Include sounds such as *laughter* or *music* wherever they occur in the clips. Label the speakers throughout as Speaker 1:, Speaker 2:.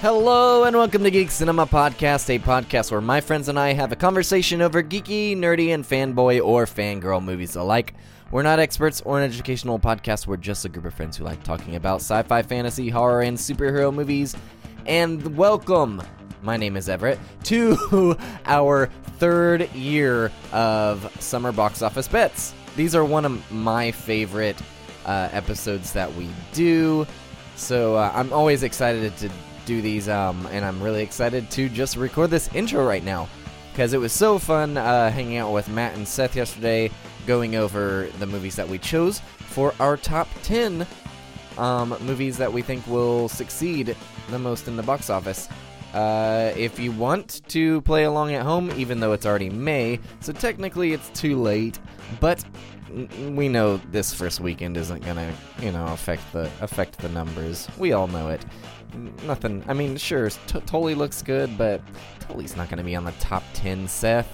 Speaker 1: Hello and welcome to Geek Cinema Podcast, a podcast where my friends and I have a conversation over geeky, nerdy, and fanboy or fangirl movies alike. We're not experts or an educational podcast, we're just a group of friends who like talking about sci fi, fantasy, horror, and superhero movies. And welcome, my name is Everett, to *laughs* our third year of Summer Box Office Bets. These are one of my favorite uh, episodes that we do. So uh, I'm always excited to do these, um, and I'm really excited to just record this intro right now because it was so fun uh, hanging out with Matt and Seth yesterday, going over the movies that we chose for our top 10 um, movies that we think will succeed the most in the box office. Uh, if you want to play along at home, even though it's already May, so technically it's too late, but n- we know this first weekend isn't gonna, you know, affect the affect the numbers. We all know it. N- Nothing. I mean, sure, t- Tolly looks good, but Tolly's not gonna be on the top ten, Seth.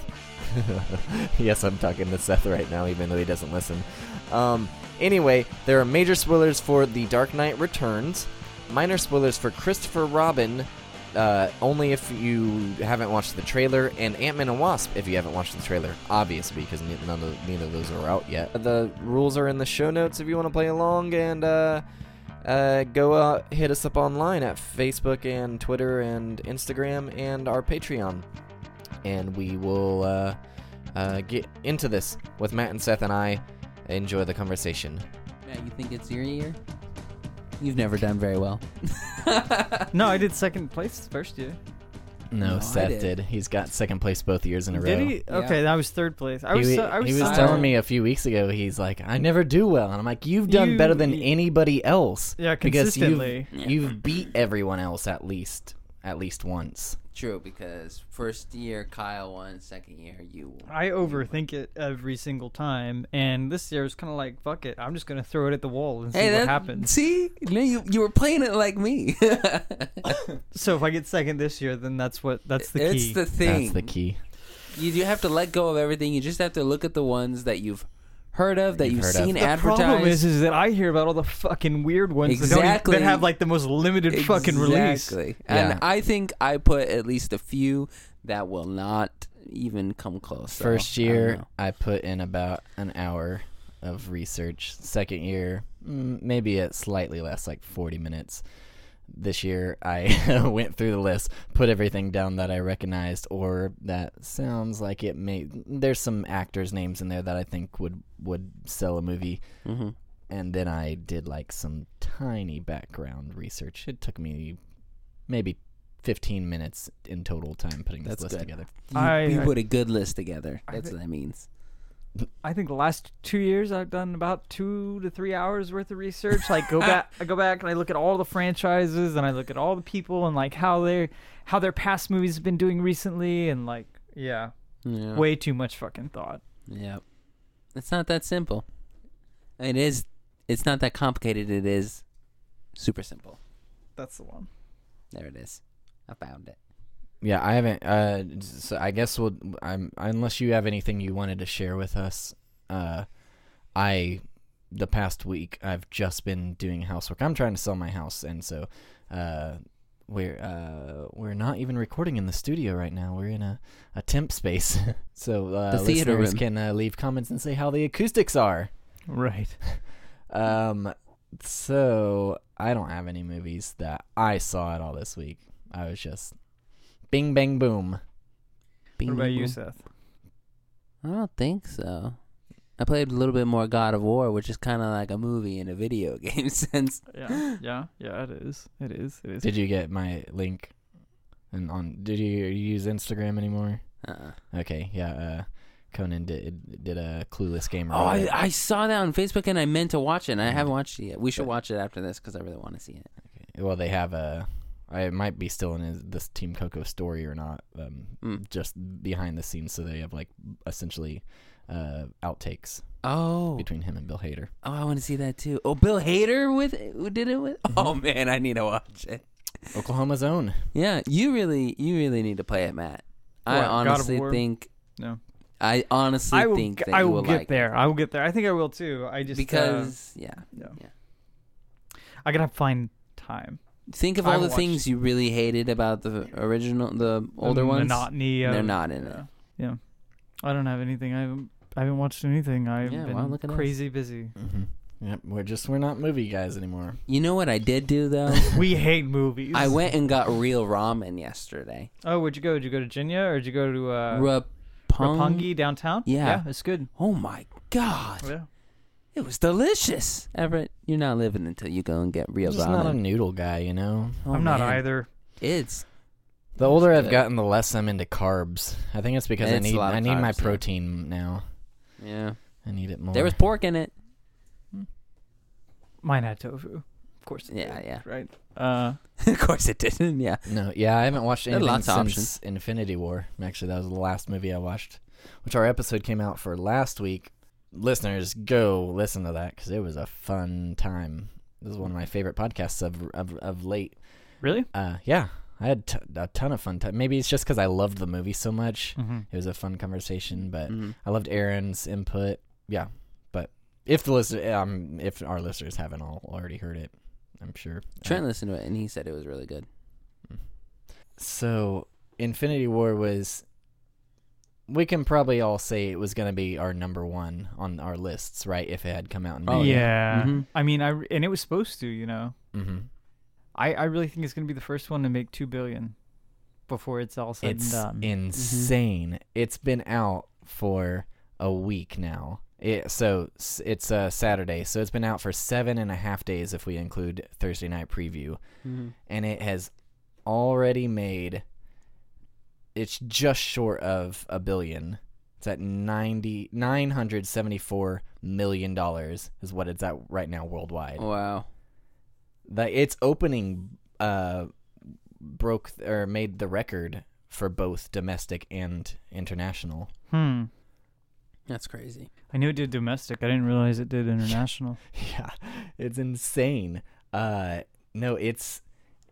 Speaker 1: *laughs* yes, I'm talking to Seth right now, even though he doesn't listen. Um, anyway, there are major spoilers for The Dark Knight Returns, minor spoilers for Christopher Robin, uh, only if you haven't watched the trailer, and Ant Man and Wasp if you haven't watched the trailer, obviously, because ne- none of, neither of those are out yet. The rules are in the show notes if you want to play along, and uh, uh, go uh, hit us up online at Facebook and Twitter and Instagram and our Patreon and we will uh, uh, get into this with Matt and Seth and I. Enjoy the conversation.
Speaker 2: Matt, you think it's your year? You've never done very well.
Speaker 3: No, I did second place first year.
Speaker 1: No,
Speaker 2: No, I
Speaker 1: Seth did.
Speaker 2: did.
Speaker 1: He's got second place both years in a row.
Speaker 3: Did he?
Speaker 2: Yeah.
Speaker 3: Okay, that was third place. I
Speaker 1: He
Speaker 3: was.
Speaker 1: wa-
Speaker 3: so, I was,
Speaker 1: he was
Speaker 3: so-
Speaker 1: telling me a few weeks ago. He's like, "I never do well," and I'm like, "You've done
Speaker 3: You-
Speaker 1: better than
Speaker 3: you-
Speaker 1: anybody else
Speaker 3: Yeah,
Speaker 1: because
Speaker 3: consistently.
Speaker 1: you've you've beat everyone else at least at least once."
Speaker 2: True, because first year Kyle won, second year you won.
Speaker 3: I overthink it every single time, and this year was kind of like, fuck it, I'm just gonna throw it at the wall and see what happens.
Speaker 2: See, no, you you were playing it like me. *laughs*
Speaker 3: So if I get second this year, then that's what that's the
Speaker 2: it's
Speaker 3: key.
Speaker 2: the thing.
Speaker 1: That's the key.
Speaker 2: You do have to let go of everything. You just have to look at the ones that you've heard of, that
Speaker 1: You've
Speaker 2: you've,
Speaker 1: heard of.
Speaker 2: seen
Speaker 1: The
Speaker 2: advertised.
Speaker 3: problem is, is that I hear about all the fucking weird ones that, don't
Speaker 2: Exactly.
Speaker 3: even, that have like the most limited fucking release.
Speaker 2: Exactly.
Speaker 1: Yeah.
Speaker 2: And I think I put at least a few that will not even come close. so,
Speaker 1: First
Speaker 2: I don't
Speaker 1: year,
Speaker 2: know.
Speaker 1: I, put in about an hour of research. Second year, mm, maybe it slightly less, like 40 minutes. This year, I *laughs* went through the list, put everything down that I recognized or that sounds like it may. There's some actors' names in there that I think would would sell a movie.
Speaker 2: Mhm.
Speaker 1: And then I did like some tiny background research. It took me maybe 15 minutes in total time putting this
Speaker 2: That's
Speaker 1: list
Speaker 2: good.
Speaker 1: together.
Speaker 2: You,
Speaker 3: I-
Speaker 2: you
Speaker 3: I-
Speaker 2: put a good list together.
Speaker 3: I
Speaker 2: That's
Speaker 3: thi-
Speaker 2: what that means.
Speaker 3: I think the last two years I've done about two to three hours worth of research. Like *laughs* go back, I go back and I look at all the franchises and I look at all the people and like how they how their past movies have been doing recently and like yeah,
Speaker 2: Yeah.
Speaker 3: way too much fucking thought.
Speaker 2: Yep. It's not that simple. It is. It's not that complicated. It is super simple.
Speaker 3: That's the one.
Speaker 2: There it is. I found it.
Speaker 1: Yeah, I haven't. Uh, so I guess we'll. I'm unless you have anything you wanted to share with us. Uh, I the past week I've just been doing housework. I'm trying to sell my house, and so uh, we're uh, we're not even recording in the studio right now. We're in a, a temp space, *laughs* so uh,
Speaker 2: The theater
Speaker 1: listeners
Speaker 2: room.
Speaker 1: can uh, leave comments and say how the acoustics are.
Speaker 3: Right.
Speaker 1: Um, so I don't have any movies that I saw at all this week. I was just bing bang boom.
Speaker 2: Bing,
Speaker 3: What about
Speaker 2: bing,
Speaker 3: you,
Speaker 2: boom.
Speaker 3: Seth?
Speaker 2: I don't think so. I played a little bit more God of War, which is kind of like a movie in a video *laughs* game sense.
Speaker 3: *laughs* Yeah, yeah, yeah. It is. It is. It is.
Speaker 1: Did you get my link? And on did you, you use Instagram anymore?
Speaker 2: Uh-uh.
Speaker 1: Okay, yeah. Uh, Conan did did a clueless game.
Speaker 2: Oh, I, I saw that on Facebook and I meant to watch it.
Speaker 3: Mm.
Speaker 2: and I haven't watched it yet. We should
Speaker 1: Yeah.
Speaker 2: watch it after this because I really want to see it.
Speaker 1: well, they have a. I it might be still in his, this Team Coco story or not. Um,
Speaker 2: Mm.
Speaker 1: just behind the scenes, so they have like essentially uh outtakes
Speaker 2: Oh,
Speaker 1: between him and Bill Hader.
Speaker 2: oh, I want to see that too. Oh, Bill Hader with who did it with?
Speaker 3: Mm-hmm.
Speaker 2: Oh man, I need to watch it.
Speaker 1: Oklahoma's own.
Speaker 2: Yeah, you really, you really need to play it, Matt. I
Speaker 3: What, God of
Speaker 2: honestly
Speaker 3: War?
Speaker 2: think.
Speaker 3: No.
Speaker 2: I honestly
Speaker 3: I will.
Speaker 2: think
Speaker 3: g-
Speaker 2: that
Speaker 3: I
Speaker 2: you
Speaker 3: will
Speaker 2: will
Speaker 3: get
Speaker 2: like
Speaker 3: there. I will get there. I think I will too. I
Speaker 2: it
Speaker 3: just uh,
Speaker 2: because yeah,
Speaker 3: I gotta find time.
Speaker 2: Think of
Speaker 3: I
Speaker 2: all the
Speaker 3: watched-
Speaker 2: things you really hated about the original, the older
Speaker 3: the
Speaker 2: ones.
Speaker 3: Monotony. Of,
Speaker 2: They're not in it.
Speaker 3: yeah. Yeah. I don't have anything. I haven't, I haven't watched anything. I've
Speaker 2: Yeah,
Speaker 3: been
Speaker 2: wow, look at us.
Speaker 3: crazy busy.
Speaker 1: Mm-hmm. Yep, we're just we're not movie guys anymore.
Speaker 2: You know what I did do
Speaker 3: *laughs*
Speaker 2: though?
Speaker 3: We hate
Speaker 1: *laughs*
Speaker 3: movies.
Speaker 2: I went and got real ramen yesterday.
Speaker 3: Oh, where'd you go? Did you go to Jinya or did you go to uh,
Speaker 2: Rapung-
Speaker 3: Roppongi downtown?
Speaker 2: Yeah.
Speaker 3: it's good.
Speaker 2: Oh my god,
Speaker 3: Yeah.
Speaker 2: it was delicious. Everett, you're not living until you go and get real
Speaker 1: I'm just
Speaker 2: ramen.
Speaker 1: not a noodle guy, you know.
Speaker 2: Oh,
Speaker 3: I'm not
Speaker 2: man.
Speaker 3: either.
Speaker 2: It's
Speaker 1: The older
Speaker 2: It's
Speaker 1: I've
Speaker 2: good.
Speaker 1: gotten, the less I'm into carbs. I think it's because I
Speaker 2: It's a
Speaker 1: need
Speaker 2: lot of
Speaker 1: I need my
Speaker 2: carbs, yeah.
Speaker 1: protein now.
Speaker 2: yeah.
Speaker 1: I need it more.
Speaker 2: There was pork in it.
Speaker 3: Mine had tofu. Of course. it
Speaker 2: Yeah,
Speaker 3: did,
Speaker 2: yeah.
Speaker 3: Right. Uh,
Speaker 2: *laughs* of course it didn't. Yeah.
Speaker 1: no, yeah, I haven't watched
Speaker 2: There are
Speaker 1: anything
Speaker 2: lots of
Speaker 1: since
Speaker 2: options.
Speaker 1: Infinity War. Actually, that was the last movie I watched, which our episode came out for last week. Listeners, go listen to that because it was a fun time. This is one of my favorite podcasts of of, of late.
Speaker 3: really?
Speaker 1: Uh, yeah, I had t- a ton of fun time. Maybe it's just because I loved the movie so much.
Speaker 3: Mm-hmm.
Speaker 1: It was a fun conversation, but
Speaker 2: Mhm.
Speaker 1: I loved Aaron's input. Yeah, but if the list, um, if our listeners haven't all already heard it, I'm sure.
Speaker 2: Trent listened to it and he said it was really good.
Speaker 1: So Infinity War was. We can probably all say it was going to be our number one on our lists, right? If it had come out in
Speaker 2: Oh,
Speaker 1: May.
Speaker 3: yeah.
Speaker 2: yeah.
Speaker 1: Mm-hmm.
Speaker 2: Mhm.
Speaker 3: I mean, I re- and it was supposed to, you know.
Speaker 1: hmm
Speaker 3: I, I really think it's going to be the first one to make two billion before it's all said
Speaker 1: It's
Speaker 3: and done. Mm-hmm.
Speaker 1: insane. It's been out for a week now. It, so s- it's uh, Saturday, so it's been out for seven and a half days if we include Thursday night preview,
Speaker 2: Mhm.
Speaker 1: and it has already made. It's just short of a billion. It's at ninety nine hundred seventy four million dollars is what it's at right now worldwide.
Speaker 2: Wow.
Speaker 1: That its opening uh broke or made the record for both domestic and international.
Speaker 3: hmm.
Speaker 2: That's crazy.
Speaker 3: I knew it did domestic. I didn't realize it did international.
Speaker 1: Yeah, it's insane. Uh no, it's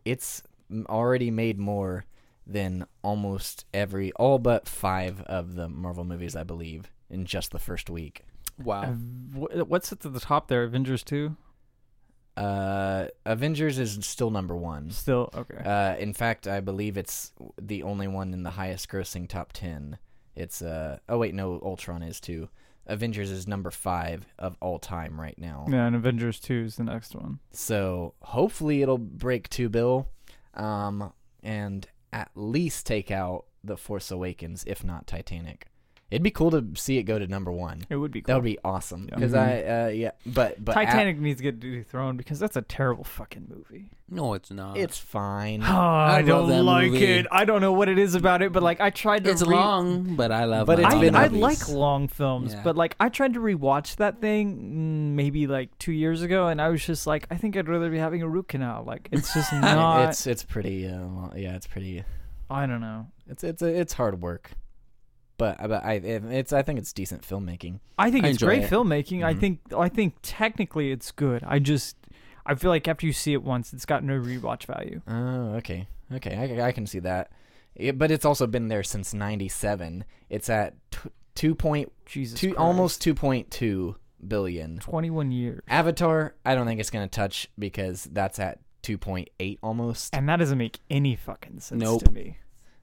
Speaker 1: it's m- already made more than almost every all but 5 of the Marvel movies, I believe, in just the first week.
Speaker 3: Uh,
Speaker 2: Wow.
Speaker 3: wh- what's at the top there? Avengers two.
Speaker 1: Uh Avengers is still number 1.
Speaker 3: Still okay.
Speaker 1: Uh, in fact, I believe it's the only one in the highest grossing top 10. It's, uh, oh wait, no, Ultron is too. Avengers is number five of all time right now.
Speaker 3: yeah, and Avengers two is the next one.
Speaker 1: So hopefully it'll break two bill, um, and at least take out The Force Awakens, if not Titanic. It'd be cool to see it go to number one.
Speaker 3: It would be. Cool.
Speaker 1: That would be awesome.
Speaker 3: Yeah.
Speaker 1: Because I, uh, yeah, but, but at-
Speaker 3: Mm-hmm. Titanic needs to get dethroned because that's a terrible fucking movie. Ah,
Speaker 2: No, it's not.
Speaker 1: it's fine.
Speaker 3: I,
Speaker 2: love that
Speaker 3: don't like
Speaker 2: movie.
Speaker 3: it. I don't know what it is about it, but like I tried to.
Speaker 2: it's
Speaker 3: re-
Speaker 2: long, but I love.
Speaker 1: But
Speaker 2: my
Speaker 1: it's
Speaker 3: I,
Speaker 1: been
Speaker 2: long
Speaker 3: I
Speaker 1: movies.
Speaker 3: like long films,
Speaker 2: Yeah.
Speaker 3: but like I tried to rewatch that thing mm, maybe like two years ago, and I was just like, I think I'd rather be having a root canal. Like it's just not.
Speaker 1: it's, it's pretty, uh, well, yeah, it's pretty,
Speaker 3: I don't know.
Speaker 1: It's it's a, it's hard work, but uh, but I it's I think it's decent filmmaking.
Speaker 3: I think
Speaker 2: I
Speaker 3: it's
Speaker 2: enjoy
Speaker 3: great
Speaker 2: it.
Speaker 3: filmmaking. I
Speaker 2: Mm-hmm.
Speaker 1: Mhm.
Speaker 3: think I think technically it's good. I just I feel like after you see it once, it's got no rewatch value.
Speaker 1: Oh, okay, okay, I, I can see that. It, but it's also been there since '97. It's at t- two point
Speaker 3: Jesus,
Speaker 1: two,
Speaker 3: Christ.
Speaker 1: almost two point two billion.
Speaker 3: twenty-one years,
Speaker 1: Avatar, I don't think it's gonna touch because that's at two point eight almost.
Speaker 3: and that doesn't make any fucking sense
Speaker 2: Nope.
Speaker 3: to me.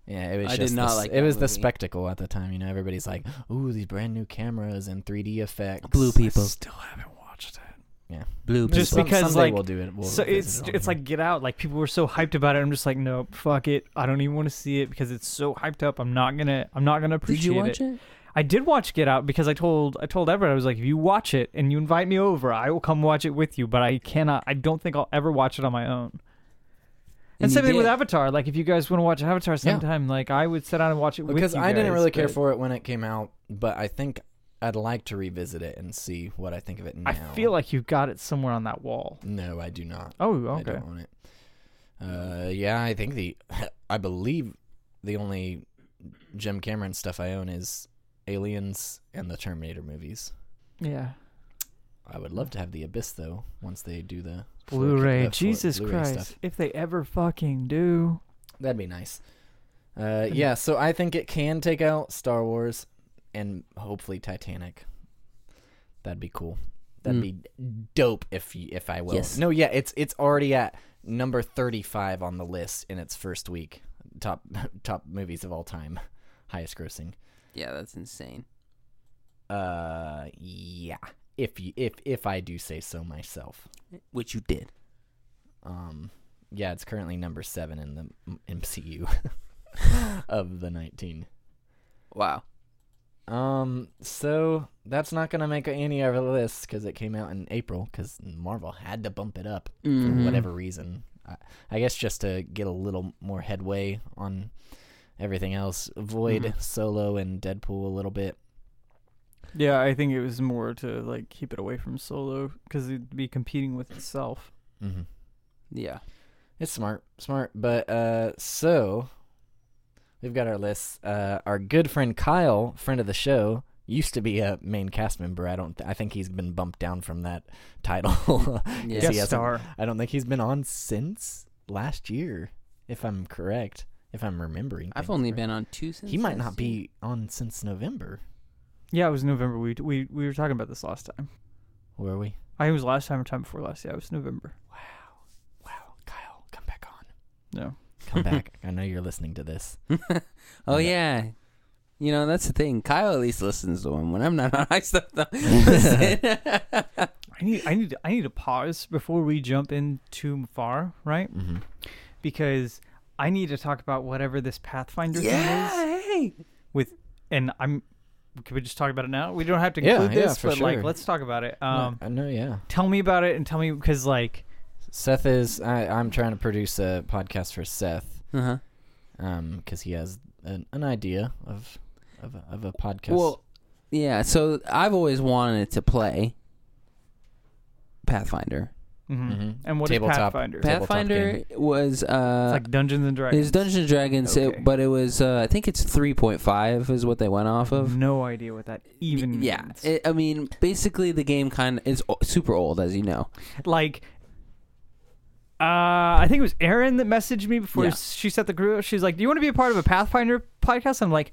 Speaker 1: Yeah, it was
Speaker 2: I did
Speaker 1: just
Speaker 2: not
Speaker 1: the, s-
Speaker 2: like
Speaker 1: it
Speaker 2: that
Speaker 1: was the
Speaker 2: movie.
Speaker 1: spectacle at the time. You know, everybody's like, "Ooh, these brand new cameras and 3D effects."
Speaker 2: Blue people.
Speaker 3: Still haven't watched it.
Speaker 2: Blue.
Speaker 3: Just
Speaker 2: people.
Speaker 1: Some-
Speaker 3: because,
Speaker 1: someday
Speaker 3: like,
Speaker 1: we'll do it. We'll
Speaker 3: so
Speaker 1: visit
Speaker 3: it's
Speaker 1: it on
Speaker 3: it's
Speaker 1: here.
Speaker 3: like Get Out. Like people were so hyped about it. I'm just like, nope, fuck it. I don't even want to see it because it's so hyped up. I'm not gonna I'm not gonna appreciate
Speaker 2: Did you watch it?
Speaker 3: I did watch Get Out because I told I told Everett I was like, if you watch it and you invite me over, I will come watch it with you. But I cannot. I don't think I'll ever watch it on my own. And,
Speaker 2: And you
Speaker 3: same thing with
Speaker 2: did.
Speaker 3: Avatar. Like if you guys want to watch Avatar
Speaker 1: Yeah.
Speaker 3: sometime, like I would sit down and watch it with
Speaker 1: because
Speaker 3: you
Speaker 1: I didn't
Speaker 3: guys,
Speaker 1: really care
Speaker 3: but
Speaker 1: for it when it came out, but I think I'd like to revisit it and see what I think of it now.
Speaker 3: I feel like you've got it somewhere on that wall.
Speaker 1: no, I do not.
Speaker 3: Oh,
Speaker 1: I
Speaker 3: okay.
Speaker 1: don't own it. Uh, yeah, I think the *laughs* I believe the only Jim Cameron stuff I own is Aliens and the Terminator movies.
Speaker 3: Yeah.
Speaker 1: I would love to have the Abyss though. Once they do the 4K
Speaker 3: Blu-ray.
Speaker 1: the 4
Speaker 3: Jesus
Speaker 1: Blu-ray
Speaker 3: Christ.
Speaker 1: stuff.
Speaker 3: If they ever fucking do.
Speaker 1: That'd be nice. Uh, yeah, so I think it can take out Star Wars and hopefully Titanic. That'd be cool. That'd
Speaker 2: Mm.
Speaker 1: be dope if you, if I will.
Speaker 2: Yes.
Speaker 1: No, yeah, it's it's already at number 35 on the list in its first week. Top *laughs* top movies of all time, highest grossing.
Speaker 2: Yeah, that's insane.
Speaker 1: Uh yeah. If you if if I do say so myself.
Speaker 2: Which you did.
Speaker 1: Um yeah, it's currently number 7 in the m- MCU *laughs* of the 19.
Speaker 2: Wow.
Speaker 1: Um, so that's not gonna make any of our lists because it came out in April because Marvel had to bump it up for
Speaker 2: Mhm.
Speaker 1: whatever reason. I, I guess just to get a little more headway on everything else. Void,
Speaker 2: Mhm.
Speaker 1: Solo, and Deadpool a little bit.
Speaker 3: Yeah, I think it was more to like keep it away from solo because it'd be competing with itself.
Speaker 1: Mm-hmm.
Speaker 2: Yeah.
Speaker 1: It's smart, smart. But uh, so we've got our lists. Uh, our good friend Kyle, friend of the show, used to be a main cast member. I don't. Th- I think he's been bumped down from that title. *laughs*
Speaker 2: Yeah.
Speaker 1: Guest
Speaker 3: Guest
Speaker 1: he hasn't-
Speaker 3: star.
Speaker 1: I don't think he's been on since last year, if I'm correct, if I'm remembering.
Speaker 2: I've
Speaker 1: things
Speaker 2: only
Speaker 1: correct.
Speaker 2: been on two since.
Speaker 1: He might
Speaker 2: last
Speaker 1: not
Speaker 2: year.
Speaker 1: be on since November.
Speaker 3: Yeah, it was November. We we we were talking about this last time.
Speaker 1: Were we?
Speaker 3: I think it was last time or time before last. Yeah, it was November.
Speaker 1: Wow, wow, Kyle, come back on,
Speaker 3: No.
Speaker 1: come
Speaker 3: *laughs*
Speaker 1: back. I know you're listening to *laughs* this. Yeah.
Speaker 2: oh yeah. You know that's the thing. Kyle at least listens to him when I'm not on. *laughs* I stuff them.
Speaker 3: I need I need I need to pause before we jump in too far, right?
Speaker 1: Mm-hmm.
Speaker 3: Because I need to talk about whatever this Pathfinder thing is.
Speaker 2: yeah. Hey.
Speaker 3: And I'm can we just talk about it now? We don't have to
Speaker 1: Yeah,
Speaker 3: include
Speaker 1: yeah,
Speaker 3: this,
Speaker 1: for
Speaker 3: but like
Speaker 1: sure.
Speaker 3: let's talk about it. Um
Speaker 1: I know, yeah.
Speaker 3: tell me about it and tell me because like
Speaker 1: Seth is. I, I'm trying to produce a podcast for Seth,
Speaker 2: Uh huh.
Speaker 1: um, because he has an, an idea of of a, of a podcast.
Speaker 2: Well, yeah. So I've always wanted to play Pathfinder.
Speaker 3: mhm.
Speaker 1: Mhm.
Speaker 3: and what is
Speaker 1: Tabletop.
Speaker 3: Pathfinder?
Speaker 1: Pa- Tabletop
Speaker 2: Pathfinder was uh,
Speaker 3: it's like Dungeons and
Speaker 2: it was
Speaker 3: Dragons.
Speaker 2: Dungeons and Dragons, it-
Speaker 3: Okay.
Speaker 2: but it was uh, I think it's three point five is what they went off of.
Speaker 3: no idea what that even means.
Speaker 2: yeah, it, I mean, basically the game kind of is o- super old, as you know.
Speaker 3: like uh, I think it was Erin that messaged me before
Speaker 2: Yeah.
Speaker 3: she set the group. She's like, "Do you want to be a part of a Pathfinder podcast?" I'm like,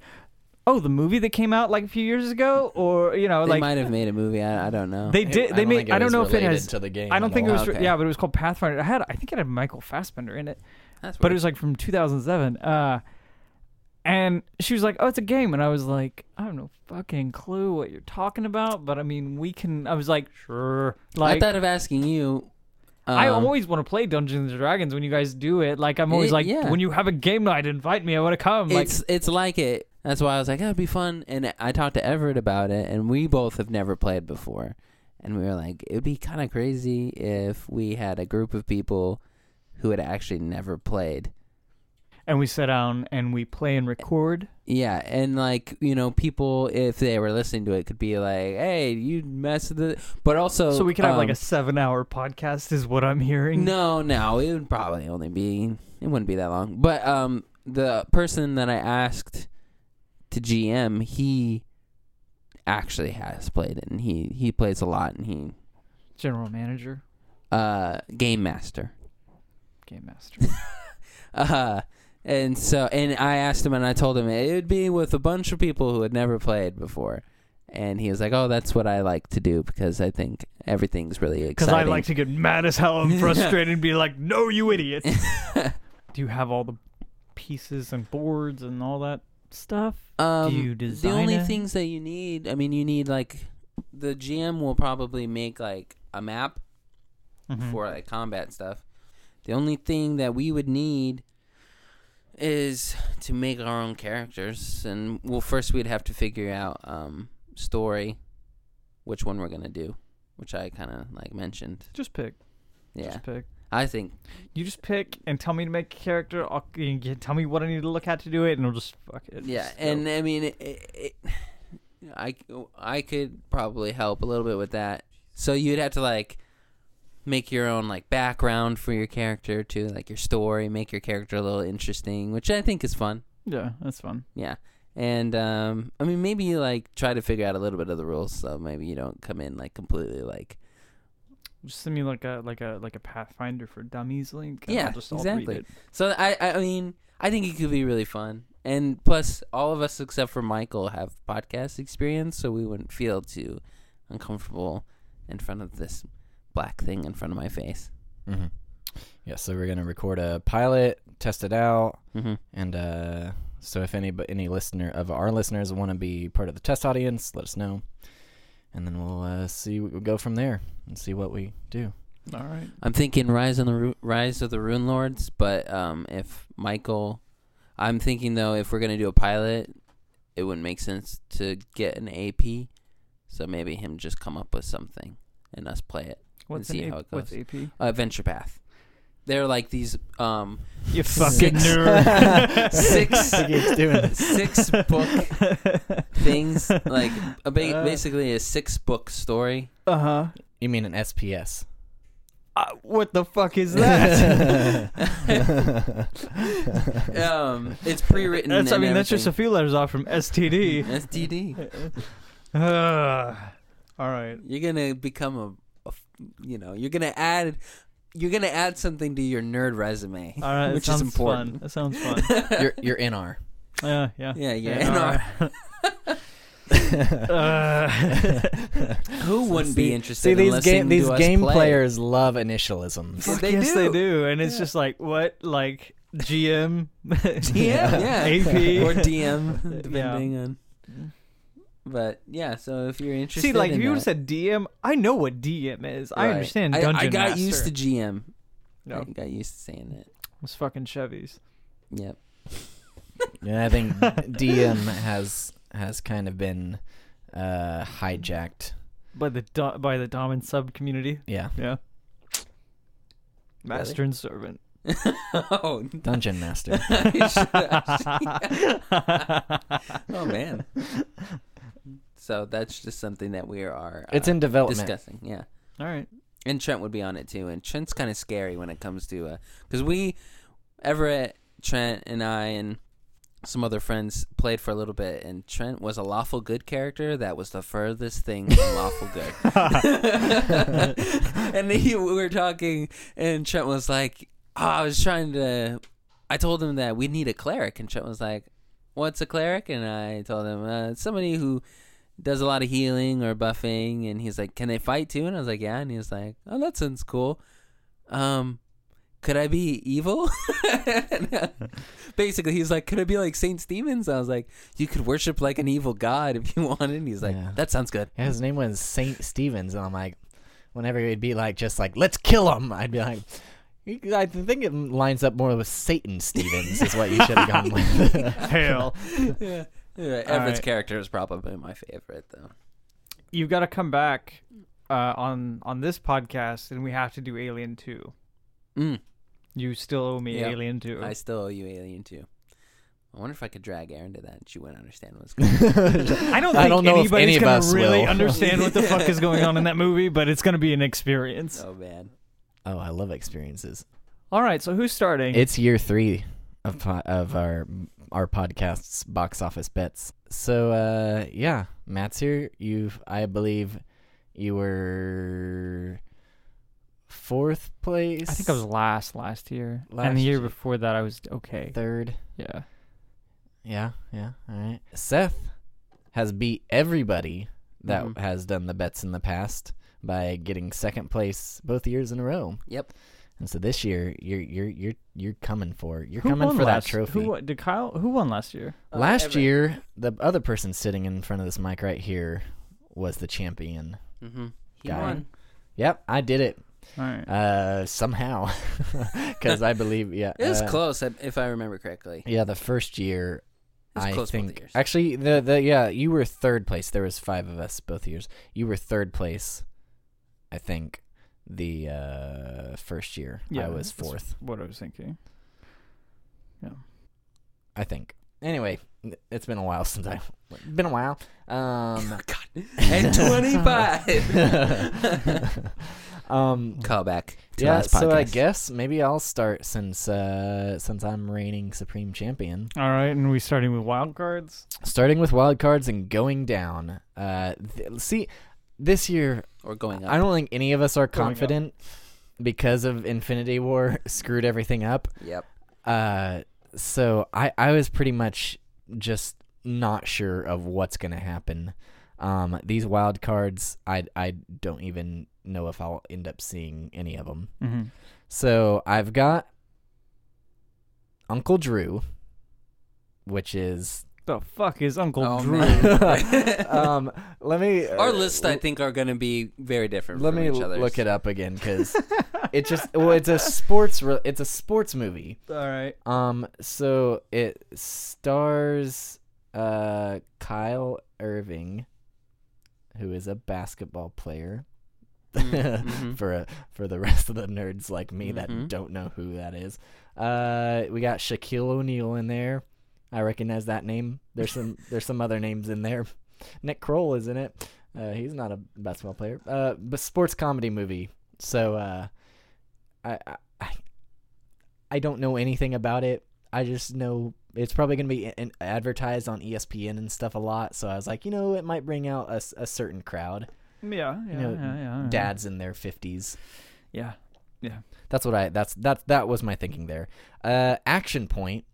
Speaker 3: "Oh, the movie that came out like a few years ago, or you know,
Speaker 2: They
Speaker 3: like
Speaker 2: might have made a movie. I, I don't know.
Speaker 3: they
Speaker 1: It-
Speaker 3: did.
Speaker 1: I
Speaker 3: They
Speaker 1: don't think
Speaker 3: made.
Speaker 1: it
Speaker 3: I don't
Speaker 1: was
Speaker 3: know if it
Speaker 1: related
Speaker 3: has.
Speaker 1: to the game
Speaker 3: I don't
Speaker 1: at
Speaker 3: think it
Speaker 1: all.
Speaker 3: was.
Speaker 2: Okay.
Speaker 3: Yeah, but it was called Pathfinder. I had. I think it had Michael Fassbender in it,
Speaker 2: That's
Speaker 3: but
Speaker 2: weird.
Speaker 3: it was like from 2007. Uh, and she was like, "Oh, it's a game," and I was like, "I have no fucking clue what you're talking about." But I mean, we can. I was like, "Sure." Like
Speaker 2: I thought of asking you. Um,
Speaker 3: I always want to play Dungeons and Dragons when you guys do it. Like I'm always
Speaker 2: Yeah,
Speaker 3: like,
Speaker 2: yeah.
Speaker 3: when you have a game night, invite me. I want to come. Like,
Speaker 2: It's it's like it. That's why I was like, oh, it'd be fun. And I talked to Everett about it, and we both have never played before, and we were like, it'd be kind of crazy if we had a group of people who had actually never played.
Speaker 3: and we sit down and we play and record.
Speaker 2: Yeah, and like you know, people if they were listening to it could be like, "Hey, you messed with it," but also
Speaker 3: So we could have like
Speaker 2: um,
Speaker 3: a seven-hour podcast, is what I'm hearing.
Speaker 2: No, no, it would probably only be it wouldn't be that long. But um the person that I asked to GM, he actually has played it and he he plays a lot and he
Speaker 3: General manager,
Speaker 2: uh game master. *laughs*
Speaker 3: game master.
Speaker 2: Uh and so and I asked him and I told him it would be with a bunch of people who had never played before. And he was like, "Oh, that's what I like to do because I think everything's really
Speaker 3: Because
Speaker 2: exciting."
Speaker 3: I like to get mad as
Speaker 2: *laughs*
Speaker 3: hell and frustrated and be like, "No, you idiot! do you have all the pieces and boards and all that stuff?
Speaker 2: Um,
Speaker 3: you
Speaker 2: the
Speaker 3: design
Speaker 2: only
Speaker 3: it?
Speaker 2: things that you need? I mean, you need like the GM will probably make like a map
Speaker 3: Mhm.
Speaker 2: for like combat stuff. The only thing that we would need is to make our own characters, and well, first we'd have to figure out um story, which one we're gonna do, which I kind of like mentioned.
Speaker 3: Just pick.
Speaker 2: Yeah,
Speaker 3: Just pick.
Speaker 2: I think
Speaker 3: You just pick and tell me to make a character. I'll, you can tell me what I need to look at to do it, and I'll just fuck it.
Speaker 2: Yeah,
Speaker 3: Just go.
Speaker 2: and I mean, it, it, I I could probably help a little bit with that. So you'd have to like make your own like background for your character too, like your story, make your character a little interesting, which I think is fun.
Speaker 3: yeah, that's fun.
Speaker 2: Yeah. And um, I mean, maybe like try to figure out a little bit of the rules, so maybe you don't come in like completely like
Speaker 3: Just send me like a like a like a Pathfinder for Dummies link. and
Speaker 2: Yeah,
Speaker 3: I'll just,
Speaker 2: exactly.
Speaker 3: I'll read it.
Speaker 2: So I, I mean, I think it could be really fun. And plus, all of us except for Michael have podcast experience, so we wouldn't feel too uncomfortable in front of this black thing in front of my face.
Speaker 1: Mm-hmm. Yeah, so we're gonna record a pilot, test it out,
Speaker 2: Mm-hmm.
Speaker 1: and uh, so if any any listener of our listeners want to be part of the test audience, let us know, and then we'll uh, see we'll go from there and see what we do.
Speaker 4: All right.
Speaker 2: I'm thinking Rise on the Ru- Rise of the Rune Lords, but um, if Michael, I'm thinking though if we're gonna do a pilot, it wouldn't make sense to get an AP, so maybe him just come up with something and us play it.
Speaker 3: What's
Speaker 2: see
Speaker 3: an
Speaker 2: how
Speaker 3: AP?
Speaker 2: it
Speaker 3: What's
Speaker 2: goes.
Speaker 3: AP? You
Speaker 2: Uh, Venture Path. They're like these um,
Speaker 3: fucking
Speaker 1: *laughs*
Speaker 2: Six- *laughs*
Speaker 3: nerd.
Speaker 2: Six-
Speaker 1: He
Speaker 3: *laughs*
Speaker 1: keeps doing this.
Speaker 2: six
Speaker 1: *laughs*
Speaker 2: book things, like a
Speaker 1: Uh.
Speaker 2: ba- basically a six book story.
Speaker 3: Uh huh.
Speaker 1: You mean an *laughs* SPS?
Speaker 3: Uh, what the fuck is that?
Speaker 2: *laughs* Um, it's pre-written.
Speaker 3: that's, I
Speaker 2: and
Speaker 3: mean, that's just a
Speaker 2: everything.
Speaker 3: few letters off
Speaker 2: *laughs*
Speaker 3: from *laughs* STD.
Speaker 2: SDD.
Speaker 3: Ugh. All right.
Speaker 2: You're gonna become a- a, f- you know, you're gonna add, you're gonna add something to your nerd resume,
Speaker 3: All right.
Speaker 2: which
Speaker 3: that
Speaker 2: is
Speaker 3: sounds
Speaker 2: important.
Speaker 3: Fun. That sounds fun.
Speaker 1: *laughs*
Speaker 2: *laughs*
Speaker 1: you're, you're NR.
Speaker 3: Yeah, yeah.
Speaker 2: Yeah, you're *laughs*
Speaker 3: Yeah, Uh,
Speaker 2: Who wouldn't be
Speaker 1: See-
Speaker 2: interested?
Speaker 1: See
Speaker 2: in
Speaker 1: these
Speaker 2: listening
Speaker 1: game these
Speaker 2: to us
Speaker 1: game
Speaker 2: play?
Speaker 1: players love initialisms.
Speaker 2: Yeah, they do.
Speaker 3: yes, *laughs* they do, and it's just like what, like GM, *laughs*
Speaker 2: DM, yeah,
Speaker 3: AP.
Speaker 2: *laughs* or DM,
Speaker 3: Yeah.
Speaker 2: depending on. But yeah, so if you're interested,
Speaker 3: See, like
Speaker 2: in
Speaker 3: if you would
Speaker 2: that,
Speaker 3: have said DM, I know what DM is. I
Speaker 2: Right.
Speaker 3: understand
Speaker 2: I, I
Speaker 3: dungeon
Speaker 2: got
Speaker 3: master.
Speaker 2: used to GM.
Speaker 3: No,
Speaker 2: I
Speaker 3: it
Speaker 2: got used to saying it.
Speaker 3: was fucking Chevys.
Speaker 2: Yep. *laughs*
Speaker 1: Yeah, I think DM has has kind of been uh, hijacked.
Speaker 3: by the do- by the dom and sub community.
Speaker 1: Yeah,
Speaker 3: Yeah,
Speaker 2: Really?
Speaker 3: master and servant.
Speaker 2: oh,
Speaker 1: dungeon master.
Speaker 2: I should actually- *laughs* oh
Speaker 3: *laughs*
Speaker 2: man. So that's just something that we are.
Speaker 1: It's
Speaker 2: uh,
Speaker 1: in development.
Speaker 2: discussing. Yeah.
Speaker 3: All right.
Speaker 2: and Trent would be on it too. And Trent's kind of scary when it comes to because we Everett, Trent, and I and some other friends played for a little bit, and Trent was a lawful good character that was the furthest thing from lawful
Speaker 1: *laughs*
Speaker 2: good. *laughs* and he, we were talking, and Trent was like, oh, "I was trying to." I told him that we need a cleric, and Trent was like, "What's a cleric?" And I told him, uh, "It's somebody who." does a lot of healing or buffing and he's like can they fight too and i was like yeah and he was like oh that sounds cool um could i be evil *laughs* And, uh, basically he's like could i be like saint stevens i was like you could worship like an evil god if you wanted and he's like
Speaker 1: Yeah.
Speaker 2: that sounds good
Speaker 1: Yeah, his name was Saint Stevens, and I'm like, whenever he'd be like, just like, let's kill him, I'd be like. "You- I think it lines up more with Satan Stevens is what you should have gone
Speaker 2: *laughs*
Speaker 1: with.
Speaker 3: Hell,
Speaker 2: yeah Everett's
Speaker 3: right.
Speaker 2: character is probably my favorite though
Speaker 3: you've got to come back uh, on on this podcast, and we have to do Alien Two.
Speaker 2: mm,
Speaker 3: You still owe me
Speaker 2: Yeah.
Speaker 3: Alien Two.
Speaker 2: i still owe you alien too i wonder if i could drag Aaron to that and she wouldn't understand
Speaker 1: *laughs*
Speaker 2: what's going on
Speaker 1: I
Speaker 3: I don't
Speaker 1: *laughs*
Speaker 3: think
Speaker 1: I don't know if
Speaker 3: anybody's
Speaker 1: any of
Speaker 3: gonna
Speaker 1: us
Speaker 3: really
Speaker 1: will.
Speaker 3: understand what the
Speaker 1: *laughs*
Speaker 3: fuck is going on in that movie, but it's gonna be an experience.
Speaker 2: *laughs* oh man
Speaker 1: *laughs* Oh, I love experiences.
Speaker 3: All right, so who's starting?
Speaker 1: It's year three of po- of our our podcast's box office bets. So uh, yeah, Matt's here. You, I believe, you were fourth place.
Speaker 3: I think I was last last year,
Speaker 1: Last
Speaker 3: and the year
Speaker 1: year.
Speaker 3: before that I was okay.
Speaker 1: third.
Speaker 3: Yeah.
Speaker 1: Yeah, yeah. All right. Seth has beat everybody that
Speaker 2: Mhm.
Speaker 1: has done the bets in the past by getting second place both years in a row.
Speaker 2: Yep.
Speaker 1: And so this year, you're you're you're you're coming for you're
Speaker 3: Who
Speaker 1: coming
Speaker 3: won
Speaker 1: for
Speaker 3: last-
Speaker 1: that trophy.
Speaker 3: Who won- did Kyle? Who won last year?
Speaker 2: Uh,
Speaker 1: Last
Speaker 2: Everett.
Speaker 1: year, the other person sitting in front of this mic right here was the champion.
Speaker 2: Mhm. he
Speaker 1: Guy.
Speaker 2: won
Speaker 1: Yep, I did it
Speaker 3: All right.
Speaker 1: uh, somehow, *laughs* because I believe yeah.
Speaker 2: *laughs* It was
Speaker 1: uh,
Speaker 2: close, I- if I remember correctly.
Speaker 1: Yeah, the first year,
Speaker 2: It was
Speaker 1: I
Speaker 2: close both
Speaker 1: think
Speaker 2: years.
Speaker 1: actually the the yeah you were third place. There was five of us both years. You were third place, I think. The uh, first year,
Speaker 3: Yeah,
Speaker 1: I was
Speaker 3: that's-
Speaker 1: fourth.
Speaker 3: What I was thinking.
Speaker 1: I think. Anyway, it's been a while since I. Been a while. Um,
Speaker 2: *laughs* *laughs*
Speaker 1: *laughs*
Speaker 2: God. And 25.
Speaker 1: um,
Speaker 2: Call back to
Speaker 1: yeah,
Speaker 2: last podcast.
Speaker 1: so I guess maybe I'll start since uh, since I'm reigning supreme champion.
Speaker 3: All right, and we starting with wild cards.
Speaker 1: Starting with wild cards and going down. Uh, th- see, this year
Speaker 2: Or going up.
Speaker 1: I don't think any of us are
Speaker 3: Going up.
Speaker 1: confident because of Infinity War *laughs* screwed everything up.
Speaker 2: Yep.
Speaker 1: Uh, so I I was pretty much just not sure of what's gonna happen. Um, these wild cards, I I don't even know if I'll end up seeing any of them.
Speaker 3: Mm-hmm.
Speaker 1: So I've got Uncle Drew, which is
Speaker 3: The fuck is Uncle
Speaker 2: Oh,
Speaker 3: Drew?
Speaker 2: man.
Speaker 1: *laughs* um. Let me
Speaker 2: Our
Speaker 1: uh,
Speaker 2: lists, I think, are going to be very different
Speaker 1: Let
Speaker 2: from
Speaker 1: me
Speaker 2: each other's.
Speaker 1: look it up again
Speaker 3: *laughs*
Speaker 1: because it just well, it's a sports re- it's a sports movie.
Speaker 3: All right.
Speaker 1: Um, so it stars uh Kyle Irving, who is a basketball player.
Speaker 2: Mm,
Speaker 1: *laughs*
Speaker 2: mhm.
Speaker 1: for a, for the rest of the nerds like me
Speaker 2: Mhm.
Speaker 3: Mm-hmm.
Speaker 1: that don't know who that is, uh, we got Shaquille O'Neal in there. I recognize that name. There's
Speaker 3: *laughs*
Speaker 1: some there's some other names in there. *laughs* Nick Kroll is in it. Uh, he's not a basketball player. Uh, but sports comedy movie. So uh, I, I- I I don't know anything about it. I just know it's probably going to be in, advertised on E ESPN and stuff a lot. So I was like, you know, it might bring out a, s- a certain crowd.
Speaker 3: Yeah. Yeah.
Speaker 1: know,
Speaker 3: yeah, yeah, yeah.
Speaker 1: Dads in their fifties.
Speaker 3: Yeah.
Speaker 1: That's what I. That's that. That was my thinking there. Uh, Action Point,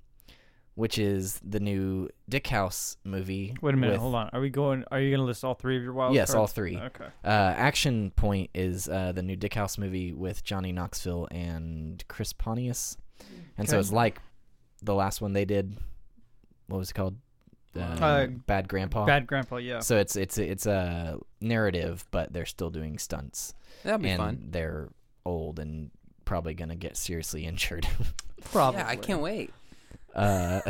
Speaker 1: which is the new Dick House movie.
Speaker 3: Wait a minute.
Speaker 1: with-
Speaker 3: hold on. Are we going? Are you going to list all three of your wild
Speaker 1: Yes,
Speaker 3: cards?
Speaker 1: all three.
Speaker 3: Okay.
Speaker 1: Uh, Action Point is uh, the new Dick House movie with Johnny Knoxville and Chris Pontius, and so
Speaker 3: Okay.
Speaker 1: it's like the last one they did. What was it called? Uh,
Speaker 3: Uh,
Speaker 1: Bad Grandpa.
Speaker 3: Bad Grandpa. Yeah.
Speaker 1: So it's it's it's a narrative, but they're still doing stunts,
Speaker 2: That'd be
Speaker 1: and
Speaker 2: fun.
Speaker 1: they're old and probably gonna get seriously *laughs* injured.
Speaker 3: Probably.
Speaker 2: Yeah, I can't wait.
Speaker 1: Uh,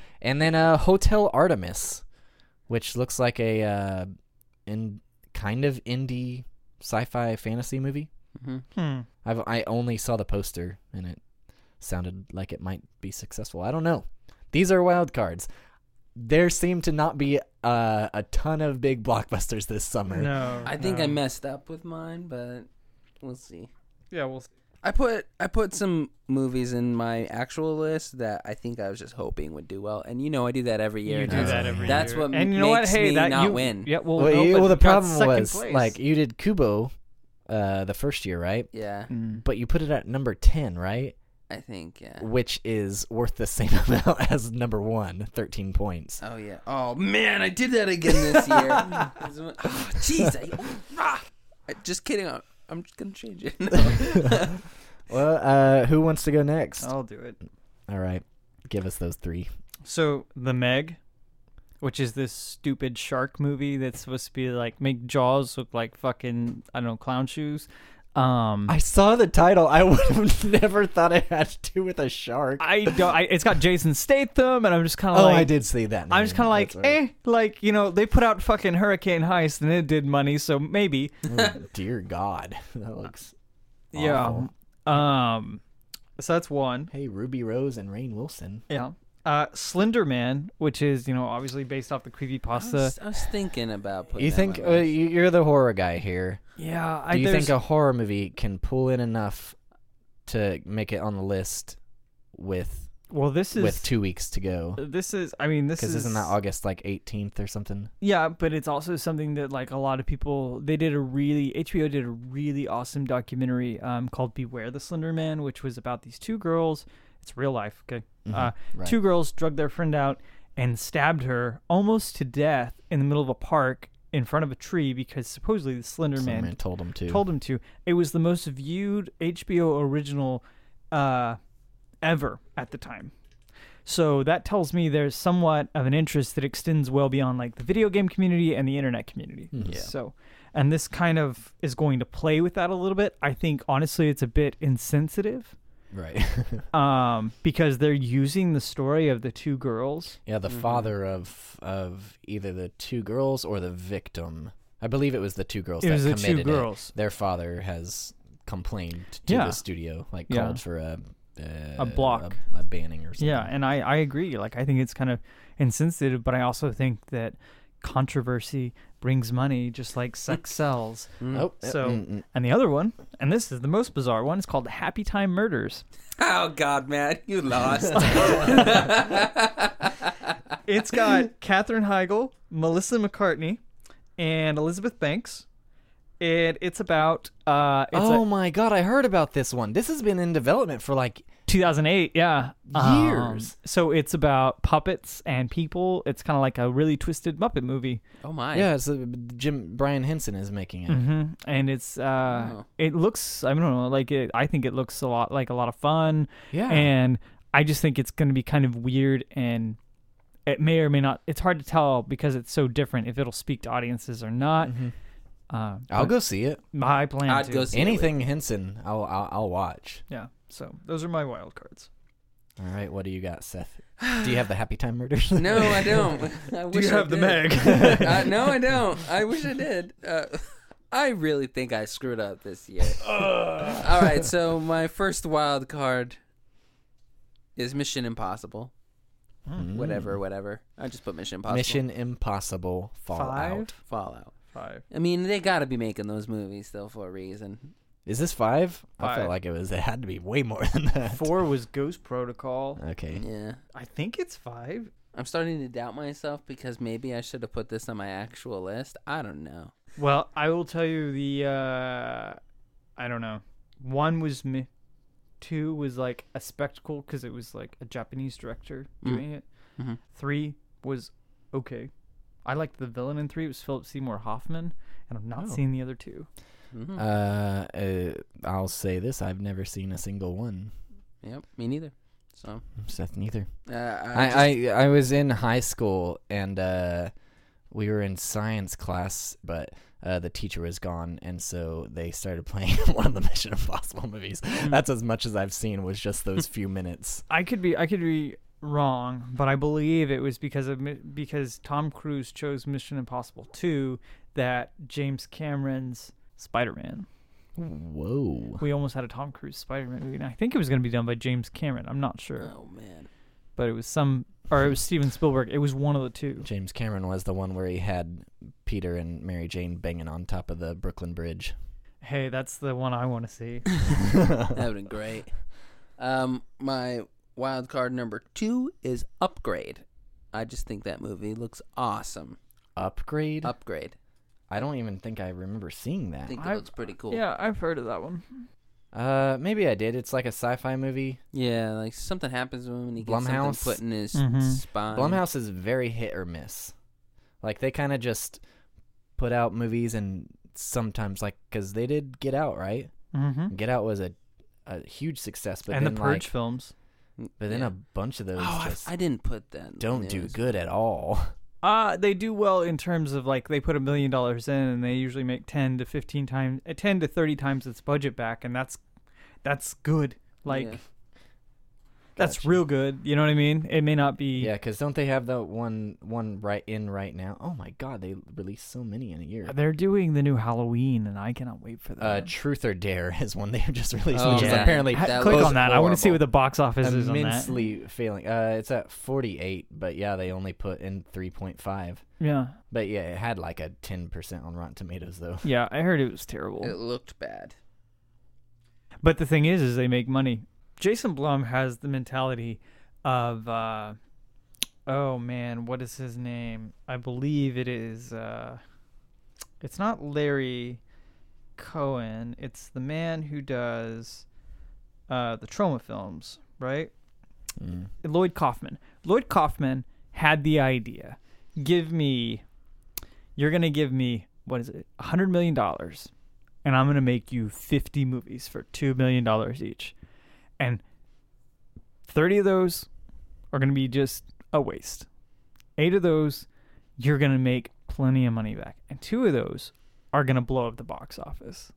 Speaker 1: *laughs* and then uh, Hotel Artemis, which looks like a uh, in kind of indie sci-fi fantasy movie.
Speaker 2: hmm
Speaker 3: Hmm.
Speaker 1: I've I only saw the poster and it sounded like it might be successful. I don't know. These are wild cards. There seem to not be uh, a ton of big blockbusters this summer.
Speaker 3: No.
Speaker 2: I think
Speaker 3: no.
Speaker 2: I messed up with mine, but we'll see.
Speaker 3: Yeah. We'll. See.
Speaker 2: I put I put some movies in my actual list that I think I was just hoping would do well, and you know I do that every year.
Speaker 3: You
Speaker 2: and
Speaker 3: do
Speaker 2: that's-
Speaker 3: that every
Speaker 2: That's
Speaker 3: year.
Speaker 2: what
Speaker 3: and you know what?
Speaker 2: makes
Speaker 3: Hey,
Speaker 2: me
Speaker 3: that
Speaker 2: not
Speaker 3: you,
Speaker 2: win.
Speaker 3: Yeah. Well.
Speaker 1: Well,
Speaker 3: no,
Speaker 1: you-
Speaker 3: but
Speaker 1: well, the
Speaker 3: you got
Speaker 1: problem
Speaker 3: second
Speaker 1: was
Speaker 3: place.
Speaker 1: like you did Kubo uh, the first year, right?
Speaker 2: Yeah,
Speaker 3: Mm.
Speaker 1: But you put it at number ten, right?
Speaker 2: I think yeah.
Speaker 1: which is worth the same *laughs* amount as number one, 13 points.
Speaker 2: Oh yeah. Oh man, I did that again *laughs* this year. Oh,
Speaker 1: *laughs*
Speaker 2: Jeez, I, ah. I- just kidding. I'm, I'm just gonna change
Speaker 3: *laughs*
Speaker 2: it.
Speaker 1: Well, uh, who wants to go next?
Speaker 3: I'll do it.
Speaker 1: All right, give us those three.
Speaker 3: So the Meg, which is this stupid shark movie that's supposed to be like make Jaws look like fucking I don't know clown shoes. Um,
Speaker 1: I saw the title. I *laughs* would have never thought it had to do with a shark.
Speaker 3: I don't. I, it's got Jason Statham, and I'm just kind of
Speaker 1: oh,
Speaker 3: like.
Speaker 1: I did see that.
Speaker 3: I'm just kind of like, eh, like you know, they put out fucking Hurricane Heist and it did money, so maybe,
Speaker 1: eh. dear God, *laughs* that looks.
Speaker 3: yeah.
Speaker 1: awful.
Speaker 3: Um, so that's one.
Speaker 1: Hey, Ruby Rose and Rain Wilson.
Speaker 3: Yeah. Uh, Slender Man, which is you know obviously based off the creepypasta.
Speaker 2: I, was, I was thinking about putting.
Speaker 1: You
Speaker 2: that
Speaker 1: think
Speaker 2: on
Speaker 1: uh,
Speaker 2: my list.
Speaker 1: you- you're the horror guy here?
Speaker 3: yeah,
Speaker 1: Do
Speaker 3: I
Speaker 1: you
Speaker 3: there's-
Speaker 1: think a horror movie can pull in enough to make it on the list with
Speaker 3: well, this is
Speaker 1: with two weeks to go?
Speaker 3: this is. I mean, this
Speaker 1: Because
Speaker 3: is
Speaker 1: isn't that August like 18th or something?
Speaker 3: Yeah, but it's also something that like a lot of people they did a really HBO did a really awesome documentary um, called Beware the Slender Man, which was about these two girls. It's real life, okay? Uh,
Speaker 1: Mm-hmm, right.
Speaker 3: Two girls drugged their friend out and stabbed her almost to death in the middle of a park in front of a tree because supposedly the Slender
Speaker 1: Someone
Speaker 3: Man
Speaker 1: told him to.
Speaker 3: told him to. It was the most viewed HBO original uh, ever at the time. So that tells me there's somewhat of an interest that extends well beyond like the video game community and the internet community.
Speaker 1: Mhm. Yeah.
Speaker 3: So, and this kind of is going to play with that a little bit. I think honestly, it's a bit insensitive
Speaker 1: right. *laughs*
Speaker 3: um, because they're using the story of the two girls.
Speaker 1: yeah, the
Speaker 2: Mhm.
Speaker 1: father of of either the two girls or the victim. I believe it was the two girls
Speaker 3: It
Speaker 1: that
Speaker 3: was the
Speaker 1: committed
Speaker 3: two girls.
Speaker 1: it. Their father has complained to
Speaker 3: Yeah.
Speaker 1: the studio, like
Speaker 3: Yeah.
Speaker 1: called for a uh,
Speaker 3: A block.
Speaker 1: a, a banning or something.
Speaker 3: Yeah, and I, I agree. Like I think it's kind of insensitive, but I also think that controversy brings money just
Speaker 1: *laughs*
Speaker 3: like sex sells.
Speaker 2: Mm.
Speaker 1: oh, uh,
Speaker 3: So-
Speaker 1: mm, mm.
Speaker 3: And the other one, and this is the most bizarre one, it's called Happy
Speaker 1: *laughs*
Speaker 3: Time Murders.
Speaker 2: Oh God, Matt, you
Speaker 3: *laughs*
Speaker 2: lost.
Speaker 3: It's got Katherine Heigl, Melissa McCartney, and Elizabeth Banks. And it's about uh it's
Speaker 1: oh my god, I heard about this one. This has been in development for like
Speaker 3: 2008, yeah. Um,
Speaker 2: Years.
Speaker 3: so it's about puppets and people. It's kind of like a really twisted Muppet movie.
Speaker 2: Oh my.
Speaker 1: Yeah, it's uh, Jim Brian Henson is making it.
Speaker 3: hmm And it's uh
Speaker 2: Oh.
Speaker 3: it looks I don't know, like it, I think it looks a lot like a lot of fun
Speaker 1: Yeah,
Speaker 3: Mm-hmm. and I just think it's going to be kind of weird and it may or may not it's hard to tell because it's so different if it'll speak to audiences or not.
Speaker 1: Mhm.
Speaker 3: Uh,
Speaker 1: I'll
Speaker 3: but
Speaker 1: go see it.
Speaker 3: my plan
Speaker 2: I'd
Speaker 3: to.
Speaker 2: go see it with-
Speaker 1: Anything Henson, I'll, I'll I'll watch.
Speaker 3: Yeah. So those are my wild cards.
Speaker 1: All right, what do you got, Seth? Do you have the Happy Time Murders? *laughs*
Speaker 2: No, I
Speaker 3: *laughs*
Speaker 2: don't. I wish I did. *laughs* uh, no, I don't. I wish I did. Uh, *laughs* I really think I screwed up this year. All right,
Speaker 1: *laughs*
Speaker 2: so my first wild card is Mission Impossible.
Speaker 1: Mm.
Speaker 2: Whatever, whatever. I just put Mission Impossible.
Speaker 1: Mission Impossible Fallout.
Speaker 3: Five?
Speaker 2: Fallout.
Speaker 3: Five.
Speaker 2: I mean, they got to be making those movies though for a reason.
Speaker 1: Is this five? I
Speaker 3: Five.
Speaker 1: felt like it was. It had to be way more than that.
Speaker 3: Four was Ghost Protocol.
Speaker 1: Okay.
Speaker 2: Yeah.
Speaker 3: I think it's five.
Speaker 2: I'm starting to doubt myself because maybe I should have put this on my actual list. I don't know.
Speaker 3: Well, I will tell you the. Uh, I don't know. One was me. Two was like a spectacle because it was like a Japanese director
Speaker 2: Mm.
Speaker 3: doing it.
Speaker 2: Mhm.
Speaker 3: Three was okay. I liked the villain in three. It was Philip Seymour Hoffman, and I've not
Speaker 1: Oh.
Speaker 3: seen the other two.
Speaker 2: Mhm.
Speaker 1: Uh, uh, I'll say this: I've never seen a single one.
Speaker 2: yep, me neither. So
Speaker 1: Seth, neither.
Speaker 2: uh, I, just-
Speaker 1: I, I I was in high school and uh, we were in science class, but uh, the teacher was gone, and so they started *laughs* playing one of the Mission Impossible movies. That's as much as I've seen was just those few minutes.
Speaker 3: I could be I could be wrong, but I believe it was because of mi- because Tom Cruise chose Mission Impossible 2 that James Cameron's Spider-Man.
Speaker 1: Whoa!
Speaker 3: We almost had a Tom Cruise Spider-Man movie, and I think it was going to be done by James Cameron. I'm not sure,
Speaker 2: oh man.
Speaker 1: *laughs*
Speaker 3: but it was some or it was Steven Spielberg. It was one of the two.
Speaker 1: James Cameron was the one where he had Peter and Mary Jane banging on top of the Brooklyn Bridge.
Speaker 3: Hey, that's the one I want to see.
Speaker 2: That would have been great. Um, my wild card number two is Upgrade. I just think that movie looks awesome.
Speaker 1: Upgrade.
Speaker 2: Upgrade.
Speaker 1: I don't even think I remember seeing
Speaker 2: I
Speaker 1: that.
Speaker 2: think it
Speaker 3: I've-
Speaker 2: looks pretty cool.
Speaker 3: Yeah, I've heard of that one.
Speaker 1: Uh, maybe I did. It's like a sci-fi movie.
Speaker 2: Yeah, like something happens to him and he gets
Speaker 1: Blumhouse?
Speaker 2: something put in his
Speaker 3: Mhm.
Speaker 2: spine.
Speaker 1: Blumhouse is very hit or miss. Like they kind of just put out movies and sometimes like because they did Get Out, right?
Speaker 3: Mm-hmm.
Speaker 1: Get Out was a a huge success, but
Speaker 3: And the
Speaker 1: then like,
Speaker 3: Purge films.
Speaker 1: but then
Speaker 2: Yeah.
Speaker 1: a bunch of those
Speaker 2: Oh, I,
Speaker 1: just
Speaker 2: I didn't put that. in
Speaker 1: don't
Speaker 2: the
Speaker 1: do
Speaker 2: news.
Speaker 1: good at all. *laughs*
Speaker 3: Uh, they do well in terms of like they put a million dollars in and they usually make 10 to 15 times uh, 10 to 30 times its budget back and that's that's good. Like
Speaker 2: Yeah.
Speaker 3: that's
Speaker 1: Gotcha.
Speaker 3: real good, you know what I mean? It may not be
Speaker 1: Yeah, because don't they have that one one right in right now? Oh my God, they released so many in a year.
Speaker 3: They're doing the new Halloween and I cannot wait for that.
Speaker 1: Uh, Truth or Dare *laughs* is one they just released,
Speaker 2: Oh,
Speaker 1: which is
Speaker 2: yeah.
Speaker 1: apparently
Speaker 3: Ha-
Speaker 2: that
Speaker 3: click
Speaker 1: looks
Speaker 3: on that. I want to see
Speaker 2: horrible.
Speaker 3: what the box office is on that.
Speaker 1: immensely failing. Uh, it's at forty eight, but yeah, they only put in three point five.
Speaker 3: Yeah.
Speaker 1: But yeah, it had like a ten percent on Rotten Tomatoes though.
Speaker 3: Yeah, I heard it was terrible.
Speaker 2: It looked bad.
Speaker 3: But the thing is, is they make money. Jason Blum has the mentality of, uh, oh man, what is his name? I believe it is. Uh, it's not Larry Cohen. It's the man who does uh, the trauma films, right?
Speaker 1: Mm.
Speaker 3: Lloyd Kaufman. Lloyd Kaufman had the idea. Give me, you're gonna give me what is it, a hundred million dollars, and I'm gonna make you fifty movies for two million dollars each, and thirty of those are gonna be just a waste. Eight of those, you're gonna make plenty of money back, and two of those are gonna blow up the box office.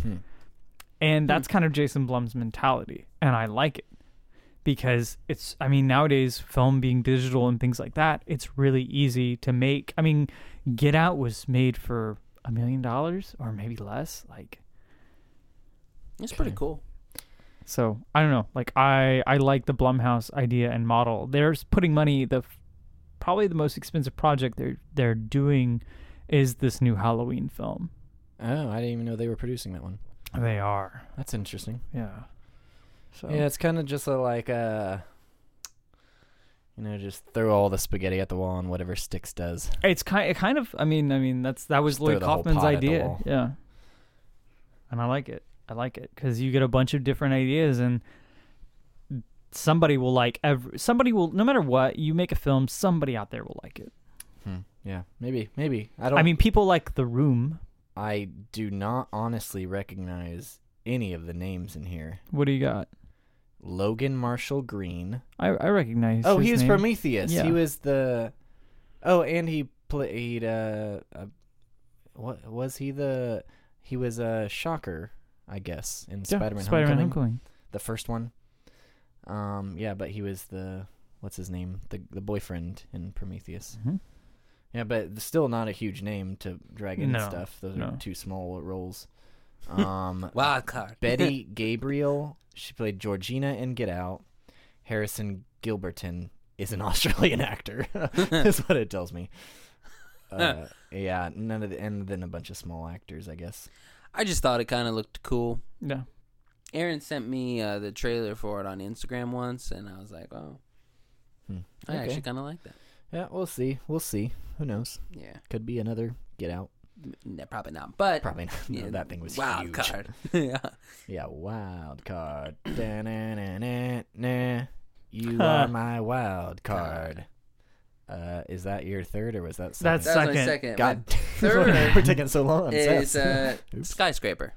Speaker 1: Hmm.
Speaker 3: And that's kind of Jason Blum's mentality, and I like it because it's I mean nowadays film being digital and things like that, it's really easy to make. I mean, Get Out was made for a million dollars or maybe less, like
Speaker 2: It's pretty
Speaker 1: Okay.
Speaker 2: cool.
Speaker 3: so I don't know. Like I I like the Blumhouse idea and model. They're s- putting money the f- probably the most expensive project they're they're doing is this new Halloween film.
Speaker 1: Oh, I didn't even know they were producing that one.
Speaker 3: They are.
Speaker 1: That's interesting.
Speaker 3: Yeah. So
Speaker 1: Yeah, it's kind of just a, like uh, you know, just throw all the spaghetti at the wall and whatever sticks does.
Speaker 3: It's kind, it kind of. I mean, I mean, that's that was
Speaker 1: Just throw
Speaker 3: Lloyd
Speaker 1: the whole
Speaker 3: Kaufman's
Speaker 1: pot at the
Speaker 3: idea.
Speaker 1: wall.
Speaker 3: Yeah, and I like it. I like it because you get a bunch of different ideas, and somebody will like every somebody will no matter what you make a film somebody out there will like it.
Speaker 1: Hmm. Yeah, maybe, maybe. I don't.
Speaker 3: I mean, people like The Room.
Speaker 1: I do not honestly recognize any of the names in here.
Speaker 3: What do you got?
Speaker 1: Logan Marshall Green.
Speaker 3: I I recognize.
Speaker 1: oh,
Speaker 3: his
Speaker 1: he was
Speaker 3: name.
Speaker 1: Prometheus.
Speaker 3: Yeah.
Speaker 1: He was the. Oh, and he played. Uh, uh, what was he the? He was a shocker, I guess, in
Speaker 3: Yeah,
Speaker 1: Spider-Man:
Speaker 3: Spider-Man
Speaker 1: Homecoming,
Speaker 3: Homecoming.
Speaker 1: the first one. Um, yeah, but he was the what's his name? The the boyfriend in Prometheus.
Speaker 3: Mhm.
Speaker 1: Yeah, but still not a huge name to drag in and
Speaker 3: No,
Speaker 1: stuff. Those
Speaker 3: no.
Speaker 1: are two small
Speaker 3: *laughs*
Speaker 1: roles. Um,
Speaker 2: Wild card.
Speaker 1: Betty Gabriel. She played Georgina in Get Out. Harrison Gilberton is an *laughs* Australian
Speaker 2: *laughs*
Speaker 1: actor. is what it tells me. Uh, yeah, none of the, and then a bunch of small actors, I guess.
Speaker 2: *laughs* I just thought it kind of looked cool.
Speaker 3: Yeah.
Speaker 2: Aaron sent me uh, the trailer for it on Instagram once, and I was like, oh,
Speaker 1: Hmm.
Speaker 2: I
Speaker 1: Okay.
Speaker 2: actually kind of like that.
Speaker 1: Yeah, we'll see. We'll see. Who knows?
Speaker 2: Yeah,
Speaker 1: Could be another Get Out.
Speaker 2: M- no, probably not, but
Speaker 1: Probably not. *laughs* No,
Speaker 2: yeah,
Speaker 1: that thing was
Speaker 2: wild
Speaker 1: huge. *laughs*
Speaker 2: card. *laughs* yeah,
Speaker 1: Yeah, wild card. *clears throat* Da-na-na-na-na. You are my wild card. Uh, is that your third or was that second?
Speaker 3: That's
Speaker 2: that was my
Speaker 3: Second.
Speaker 2: second.
Speaker 1: God, *laughs*
Speaker 2: third
Speaker 1: we're taking so long.
Speaker 2: my
Speaker 1: I'm
Speaker 2: is
Speaker 1: sad. *laughs*
Speaker 2: uh,
Speaker 1: Oops.
Speaker 2: skyscraper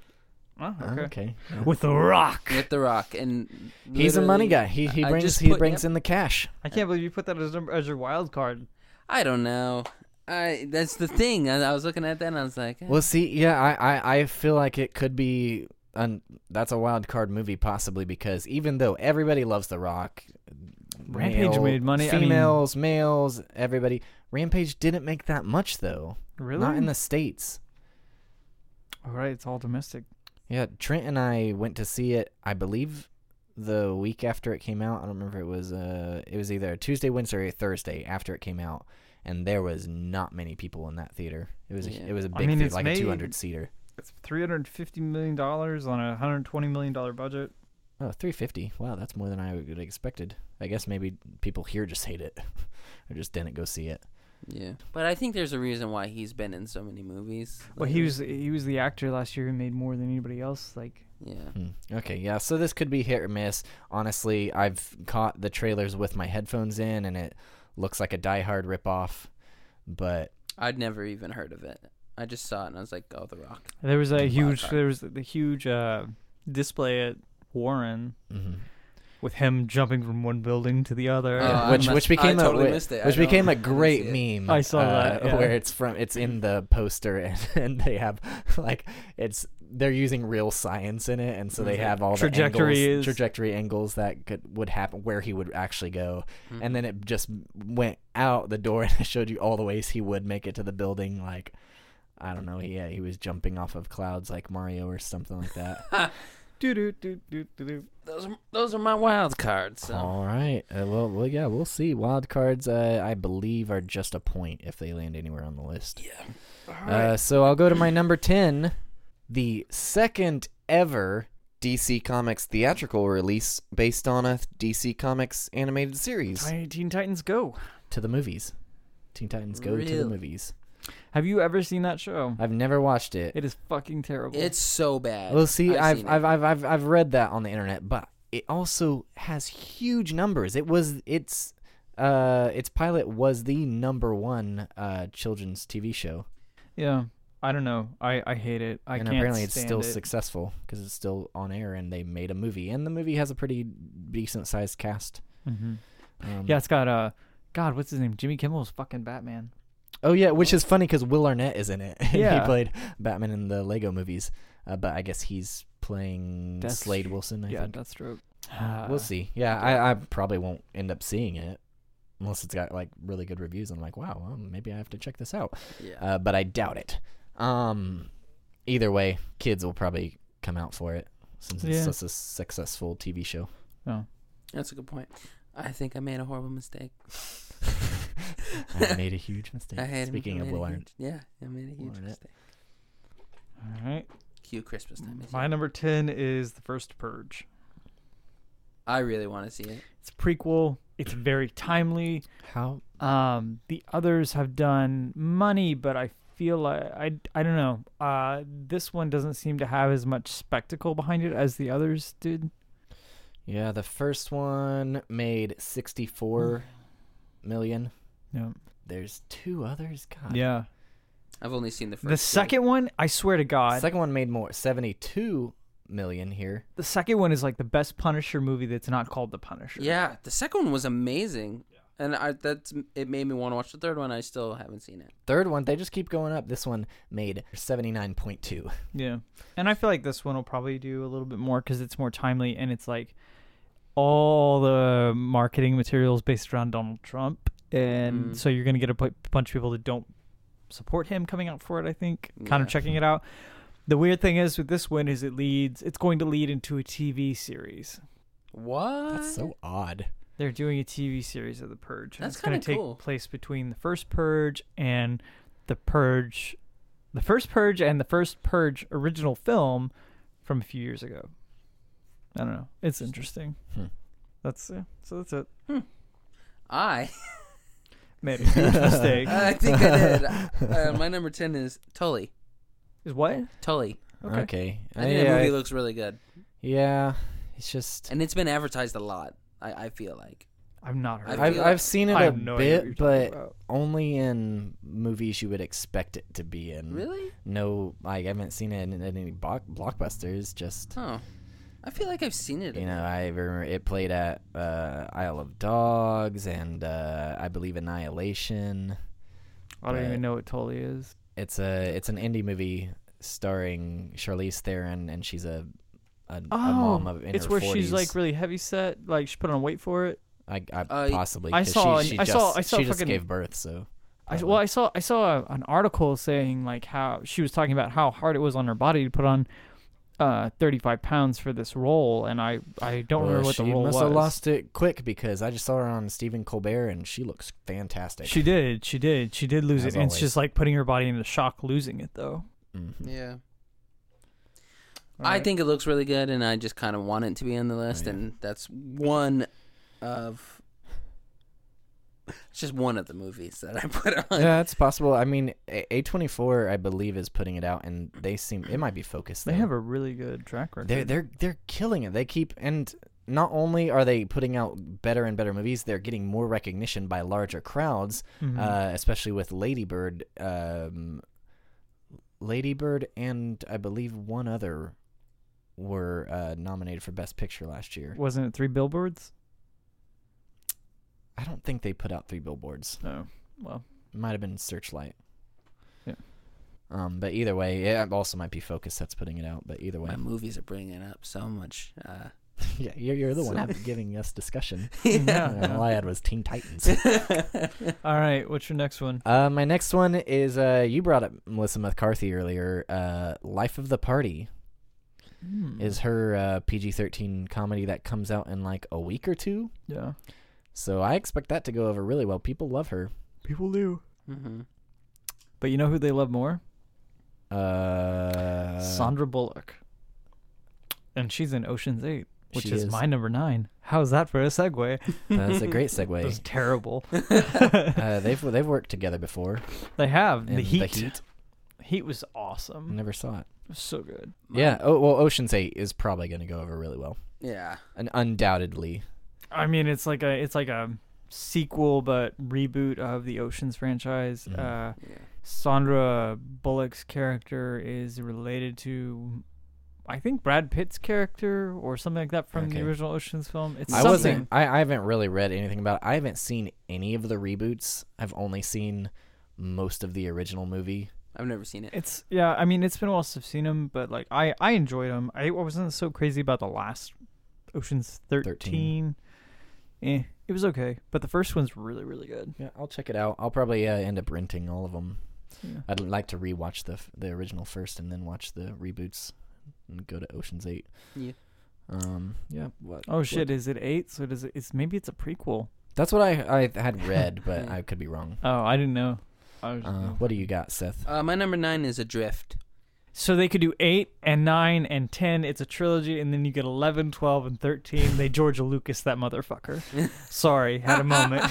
Speaker 3: Oh,
Speaker 1: Oh,
Speaker 3: okay.
Speaker 1: okay.
Speaker 3: With The Rock.
Speaker 2: with the Rock, and
Speaker 1: He's a money
Speaker 2: literally-
Speaker 1: guy. He he
Speaker 2: I
Speaker 1: brings
Speaker 2: just
Speaker 1: he
Speaker 2: put-
Speaker 1: brings
Speaker 2: yep.
Speaker 1: in the cash.
Speaker 3: I can't believe you put that as, as your wild card.
Speaker 2: I don't know. I that's the thing. I, I was looking at that, and I was like, eh.
Speaker 1: Well, see, yeah, I I, I feel like it could be an that's a wild card movie possibly because even though everybody loves The Rock,
Speaker 3: Rampage made money. I mean-
Speaker 1: Females, males, everybody. Rampage didn't make that much though.
Speaker 3: Really?
Speaker 1: Not in the states.
Speaker 3: All right, it's all domestic.
Speaker 1: Yeah, Trent and I went to see it. I believe the week after it came out. I don't remember. It was uh, it was either a Tuesday, Wednesday, or a Thursday after it came out, and there was not many people in that theater. It was a,
Speaker 2: Yeah.
Speaker 1: it was a
Speaker 3: I
Speaker 1: big
Speaker 3: mean,
Speaker 1: theater,
Speaker 3: it's
Speaker 1: like a
Speaker 3: made-
Speaker 1: two hundred seater.
Speaker 3: It's three hundred fifty million dollars on a hundred twenty million dollar budget.
Speaker 1: Oh, 350. Wow, that's more than I would have expected. I guess maybe people here just hate it *laughs* or just didn't go see it.
Speaker 2: yeah. But I think there's a reason why he's been in so many movies.
Speaker 3: Well, he
Speaker 2: lately.
Speaker 3: was he was the actor last year who made more than anybody else. Like,
Speaker 2: Yeah.
Speaker 1: Hmm. Okay, yeah, so this could be hit or miss. Honestly, I've caught the trailers with my headphones in and it looks like a Die Hard ripoff, but
Speaker 2: I'd never even heard of it. I just saw it and I was like, "Oh, The Rock."
Speaker 3: there was a
Speaker 2: Wild
Speaker 3: huge
Speaker 2: card.
Speaker 3: there was the huge uh, display at Warren
Speaker 1: mhm.
Speaker 3: with him jumping from one building to the other.
Speaker 1: Yeah,
Speaker 2: Uh, I
Speaker 1: which
Speaker 2: must-
Speaker 1: which became
Speaker 2: I
Speaker 1: a
Speaker 2: totally
Speaker 1: whi-
Speaker 2: missed it. I
Speaker 1: which
Speaker 2: don't-
Speaker 1: became
Speaker 2: *laughs* I
Speaker 1: a
Speaker 2: didn't see
Speaker 1: great
Speaker 2: it.
Speaker 1: meme.
Speaker 3: I saw
Speaker 1: uh,
Speaker 3: that, yeah.
Speaker 1: where it's from. It's in the poster, *laughs* and, and they have *laughs* like it's they're using real science in it, and so they
Speaker 2: Mhm.
Speaker 1: have all
Speaker 3: Trajectory
Speaker 1: the angles,
Speaker 3: is-
Speaker 1: trajectory angles that could would happen where he would actually go,
Speaker 2: Mhm.
Speaker 1: and then it just went out the door *laughs* and it showed you all the ways he would make it to the building, like. I don't know. Yeah, he was jumping off of clouds like Mario or something like that.
Speaker 3: Do do *laughs* do do do do.
Speaker 2: those are, those are my wild cards. So.
Speaker 1: All right. Uh, well, well, yeah, we'll see. Wild cards, uh, I believe, are just a point if they land anywhere on the list.
Speaker 2: Yeah.
Speaker 1: Uh, so I'll go to my number 10, the second ever DC Comics theatrical release based on a DC Comics animated series.
Speaker 3: Tiny Teen Titans Go.
Speaker 1: To the movies. Teen Titans Go to the
Speaker 2: Really?
Speaker 1: movies.
Speaker 3: Have you ever seen that show?
Speaker 1: I've never watched it.
Speaker 3: It is fucking terrible.
Speaker 2: It's so bad.
Speaker 1: Well, see, I've
Speaker 2: seen it.
Speaker 1: I've, I've I've I've read that on the internet, but it also has huge numbers. It was its uh its pilot was the number one uh children's TV show,
Speaker 3: yeah. I don't know. I, I hate it. I
Speaker 1: and
Speaker 3: can't
Speaker 1: apparently it's
Speaker 3: stand
Speaker 1: still
Speaker 3: it.
Speaker 1: successful because it's still on air, and they made a movie, and the movie has a pretty decent sized cast.
Speaker 3: Mm-hmm.
Speaker 1: Um,
Speaker 3: Yeah, it's got uh, God, what's his name? Jimmy Kimmel's fucking Batman.
Speaker 1: Oh yeah, which is funny because Will Arnett is in it. *laughs* And
Speaker 3: Yeah.
Speaker 1: he played Batman in the Lego movies, uh, but I guess he's playing
Speaker 3: That's-
Speaker 1: Slade Wilson. I
Speaker 3: yeah,
Speaker 1: think.
Speaker 3: Deathstroke. Uh,
Speaker 1: we'll see. Yeah, I, I probably won't end up seeing it unless it's got like really good reviews. I'm like, wow, well, maybe I have to check this out.
Speaker 2: yeah.
Speaker 1: Uh, but I doubt it. Um, either way, kids will probably come out for it since it's
Speaker 3: Yeah.
Speaker 1: such a successful TV show.
Speaker 2: That's a good point. I think I made a
Speaker 1: *laughs*
Speaker 2: horrible mistake.
Speaker 1: I made a huge mistake.
Speaker 2: *laughs* I had
Speaker 1: Speaking
Speaker 2: I
Speaker 1: of
Speaker 2: made a
Speaker 1: Will
Speaker 2: huge-
Speaker 1: Arnett,
Speaker 2: Yeah, I made a huge
Speaker 1: Will Arnett.
Speaker 2: mistake.
Speaker 3: All right.
Speaker 2: Cue Christmas time. is
Speaker 3: My
Speaker 2: here.
Speaker 3: number 10 is The First Purge.
Speaker 2: I really want to see it.
Speaker 3: It's a prequel. It's very timely.
Speaker 1: how
Speaker 3: Um, the others have done money, but I feel like I, I don't know. Uh, this one doesn't seem to have as much spectacle behind it as the others did.
Speaker 1: Yeah, the first one made sixty-four million.
Speaker 3: Yeah.
Speaker 1: There's two others. God.
Speaker 3: Yeah.
Speaker 2: I've only seen Ah, the first.
Speaker 3: The second one, I swear to God,
Speaker 1: Second one made more, seventy-two million here.
Speaker 3: the second one is like the best Punisher movie that's not called The Punisher.
Speaker 2: Two. Yeah, the second one was amazing, and I that's it made me want to watch the third one. I still haven't seen it.
Speaker 1: Third one, they just keep going up. This one made seventy-nine point two. *laughs*
Speaker 3: Yeah. And I feel like this one will probably do a little bit more because it's more timely and it's like all the marketing materials based around Donald Trump. And
Speaker 2: Mm.
Speaker 3: so you're going to get a bu- bunch of people that don't support him coming out for it, I think, kind of
Speaker 2: Yeah.
Speaker 3: checking it out. The weird thing is with this one is it leads, it's going to lead into a TV series.
Speaker 2: What?
Speaker 1: That's so odd.
Speaker 3: They're doing a TV series of The Purge. and
Speaker 2: That's
Speaker 3: it's going
Speaker 2: kinda
Speaker 3: to take
Speaker 2: cool.
Speaker 3: place between the first Purge and the Purge, the first Purge and the first Purge original film from a few years ago. I don't know. It's interesting.
Speaker 1: Hmm.
Speaker 3: That's yeah, so. That's it.
Speaker 1: *laughs*
Speaker 2: I
Speaker 3: Made a huge mistake.
Speaker 2: I think I did.
Speaker 1: *laughs*
Speaker 2: Uh, my number ten is Tully.
Speaker 3: Is what?
Speaker 2: Tully.
Speaker 3: Okay.
Speaker 1: Okay.
Speaker 2: I think
Speaker 1: yeah,
Speaker 2: the movie looks really good,
Speaker 1: yeah, it's just
Speaker 2: and it's been advertised a lot. I, I feel like
Speaker 3: I've not heard.
Speaker 2: I
Speaker 1: I've,
Speaker 2: feel-
Speaker 1: I've seen it
Speaker 3: I
Speaker 1: a
Speaker 3: have no idea what
Speaker 1: bit,
Speaker 3: you're talking
Speaker 1: but
Speaker 3: about.
Speaker 1: only in movies you would expect it to be in.
Speaker 2: really.
Speaker 1: No, I haven't seen it in, in any block, blockbusters. Just
Speaker 2: Oh, I feel like I've seen it.
Speaker 1: you know, I remember it played at uh, Isle of Dogs and uh, I believe Annihilation.
Speaker 3: I don't
Speaker 1: but-
Speaker 3: even know what Tully is.
Speaker 1: It's a it's an indie movie starring Charlize Theron, and she's a a, a mom of in
Speaker 3: Oh, it's
Speaker 1: her
Speaker 3: where
Speaker 1: 40s.
Speaker 3: she's like really heavy set. Like she put on weight for it.
Speaker 1: I, I
Speaker 2: Uh,
Speaker 1: possibly
Speaker 3: I
Speaker 1: 'cause
Speaker 3: saw
Speaker 1: she,
Speaker 3: an-
Speaker 1: she
Speaker 3: I
Speaker 1: just,
Speaker 3: saw- I saw
Speaker 1: she just
Speaker 3: fucking-
Speaker 1: gave birth so
Speaker 3: I,
Speaker 1: Probably.
Speaker 3: well, I saw I saw a, an article saying like how she was talking about how hard it was on her body to put on uh, 35 pounds for this role, and I I don't remember
Speaker 1: Well,
Speaker 3: what the
Speaker 1: she
Speaker 3: role
Speaker 1: must
Speaker 3: was.
Speaker 1: have lost it quick because I just saw her on Stephen Colbert and she looks fantastic.
Speaker 3: She did, she did, she did lose
Speaker 1: As
Speaker 3: it. And it's
Speaker 1: always.
Speaker 3: just like putting her body into shock, losing it though.
Speaker 1: Mhm.
Speaker 2: Yeah. I think it looks really good, and I just kind of want it to be on the list,
Speaker 1: yeah.
Speaker 2: and that's one of. It's just one of the movies that I *laughs* put on.
Speaker 1: Yeah, it's possible. I mean, A twenty four, I believe, is putting it out, and they seem it might be focused.
Speaker 3: they
Speaker 1: though.
Speaker 3: have a really good track record.
Speaker 1: they're they're they're killing it. They keep and not only are they putting out better and better movies, they're getting more recognition by larger crowds,
Speaker 3: Mhm.
Speaker 1: uh, especially with Ladybird, um, Ladybird, and I believe one other were uh, nominated for Best Picture last year.
Speaker 3: Wasn't it three billboards?
Speaker 1: I don't think they put out three billboards.
Speaker 3: No. Well,
Speaker 1: It might have been Searchlight.
Speaker 3: Yeah.
Speaker 1: Um, but either way, it also might be Focus that's putting it out. But either way,
Speaker 2: My movies are bringing up so much. Uh,
Speaker 1: *laughs* yeah, you're, you're the one
Speaker 2: So-
Speaker 1: giving us
Speaker 2: *laughs*
Speaker 1: discussion.
Speaker 3: Yeah.
Speaker 1: Uh,
Speaker 3: *laughs*
Speaker 1: all *laughs* I had was Teen *laughs* Titans.
Speaker 3: all right. What's your next one?
Speaker 1: uh, my next one is uh, you brought up Melissa McCarthy earlier. Uh, Life of the Party
Speaker 3: Mm-hmm.
Speaker 1: is her uh, PG-13 comedy that comes out in like a week or two.
Speaker 3: yeah.
Speaker 1: So I expect that to go over really well. People love her.
Speaker 3: People do.
Speaker 2: hmm
Speaker 3: But you know who they love more?
Speaker 1: Uh,
Speaker 3: Sandra Bullock. And she's in Ocean's 8, which
Speaker 1: she
Speaker 3: is, my number 9. How's that for a segue?
Speaker 1: That's a
Speaker 3: *laughs*
Speaker 1: great
Speaker 3: That was
Speaker 1: segue.
Speaker 3: terrible.
Speaker 1: Uh, they've they've worked together before.
Speaker 3: *laughs* They have. The
Speaker 1: in
Speaker 3: heat.
Speaker 1: The heat.
Speaker 3: Heat was awesome.
Speaker 1: Never saw it.
Speaker 3: So good.
Speaker 1: Yeah. Oh well, Ocean's Eight is probably going to go over really well,
Speaker 2: Yeah.
Speaker 1: and undoubtedly.
Speaker 3: I mean, it's like a it's like a sequel but reboot of the Ocean's franchise.
Speaker 1: Mhm.
Speaker 3: Uh
Speaker 2: Yeah.
Speaker 3: Sandra Bullock's character is related to I think Brad Pitt's character or something like that from
Speaker 1: Okay.
Speaker 3: the original Ocean's film. It's
Speaker 1: I
Speaker 3: something.
Speaker 1: wasn't. I, I haven't really read anything about it. I haven't seen any of the reboots. I've only seen most of the original movie.
Speaker 2: I've never seen it.
Speaker 3: It's yeah. I mean, it's been a while since I've seen them, but like I I enjoyed them. I wasn't so crazy about the last Ocean's thirteen. Eh, it was okay, but the first one's really really good.
Speaker 1: Yeah, I'll check it out. I'll probably uh, end up renting all of them.
Speaker 3: Yeah.
Speaker 1: I'd like to rewatch the f- the original first, and then watch the reboots, and go to Ocean's Eight.
Speaker 2: Yeah.
Speaker 1: Um. Yeah. What?
Speaker 3: Oh shit! Is it eight? So does it? It's maybe it's a prequel.
Speaker 1: That's what I I had read, *laughs* but I could be wrong.
Speaker 3: Oh, I didn't know. I was
Speaker 1: Uh, what do you got, Seth?
Speaker 2: Uh, my number nine is Adrift.
Speaker 3: So they could do 8 and 9 and 10. It's a trilogy. And then you get 11, 12, and 13. They Georgia *laughs* Lucas
Speaker 1: *laughs*
Speaker 3: that motherfucker. Sorry, had a moment.